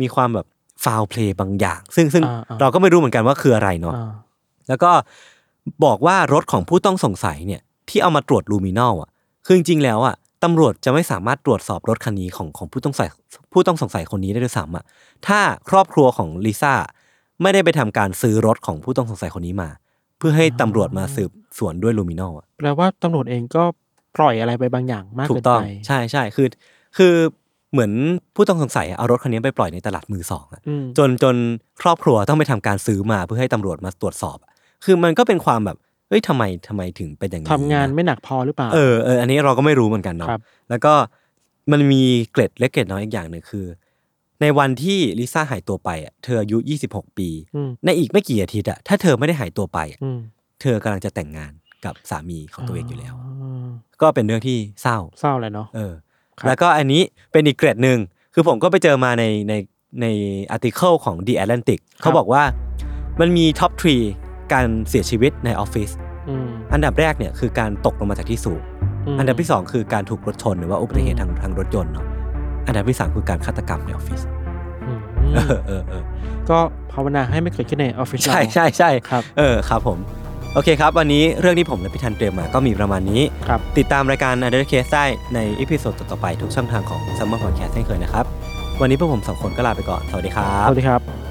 มีความแบบฟาวเพลย์บางอย่าง ซึ่งซึ่ง อ่าอ่า เราก็ไม่รู้เหมือนกันว่าคืออะไรเนาะ อ่า แล้วก็ บอกว่ารถของผู้ต้องสงสัยเนี่ยที่เอามาตรวจลูมินอลอ่ะคือจริงๆแล้วอ่ะตำรวจจะไม่สามารถตรวจสอบรถคันนี้ของของผู้ต้องสงสัยผู้ต้องสงสัยคนนี้ได้ด้วยซ้ำอ่ะถ้าครอบครัวของลิซ่าไม่ได้ไปทำการซื้อรถของผู้ต้องสงสัยคนนี้มา เพื่อให้ตำรวจมาสืบสวนด้วยลูมินอลอ่ะ แปลว่าตำรวจเองก็ปล่อยอะไรไปบางอย่างมาก ถู เกิ ก น ต้อง ไป ใช่ใช่คือ คือเหมือนผู้ต้องสงสัยอะเอารถคันนี้ไปปล่อยในตลาดมือสองอะ อืม จนจนครอบครัวต้องไปทำการซื้อมาเพื่อให้ตำรวจมาตรวจสอบอะคือมันก็เป็นความแบบเฮ้ยทำไมทำไมถึงเป็นอย่างนี้ ทำงานไม่หนักพอหรือเปล่า เออเอออันนี้เราก็ไม่รู้เหมือนกันเนาะ ครับ แล้วก็มันมีเกล็ดเล็กเกล็ดน้อยอีกอย่างหนึ่งคือ ในวันที่ลิซ่าหายตัวไปอะเธออายุ 26 ปี ม ในอีกไม่กี่อาทิตย์อะถ้าเธอไม่ได้หายตัวไปอะ อืม เธอกำลังจะแต่งงานกับสามีของตัวเองอยู่แล้ว า ก็เป็นเรื่องที่เศร้า เศร้าเลยเนาะ เออ ครับ แล้วก็อันนี้เป็นอีกเกรดหนึ่งคือผมก็ไปเจอมาในในในอาร์ติเคิลของ The Atlantic เขาบอกว่ามันมีท็อปทรีการเสียชีวิตในออฟฟิศ อืม อันดับแรกเนี่ยคือการตกลงมาจากที่สูง ม อันดับที่ 2 คือการถูกรถชนหรือว่าอุบัติเหตุทางทางรถยนต์เนาะอันดับที่ 3 คือการฆาตกรรมในออฟฟิศ อืม เออเออเออ ก็ภาวนาให้ไม่เกิดขึ้นในออฟฟิศเรา ใช่ใช่ใช่ ครับ เออครับผม โอเคครับ วันนี้เรื่องที่ผมและพี่ทันเตรียมมาก็มีประมาณนี้ ครับ ติดตามรายการ u n d e r c a s e ได้ในอีพิโซดต่อๆไปทุกช่องทางของ Summer Podcast เช่นเคยนะครับ วันนี้พวกผมสองคนก็ลาไปก่อน สวัสดีครั ส บ วัสดีครับ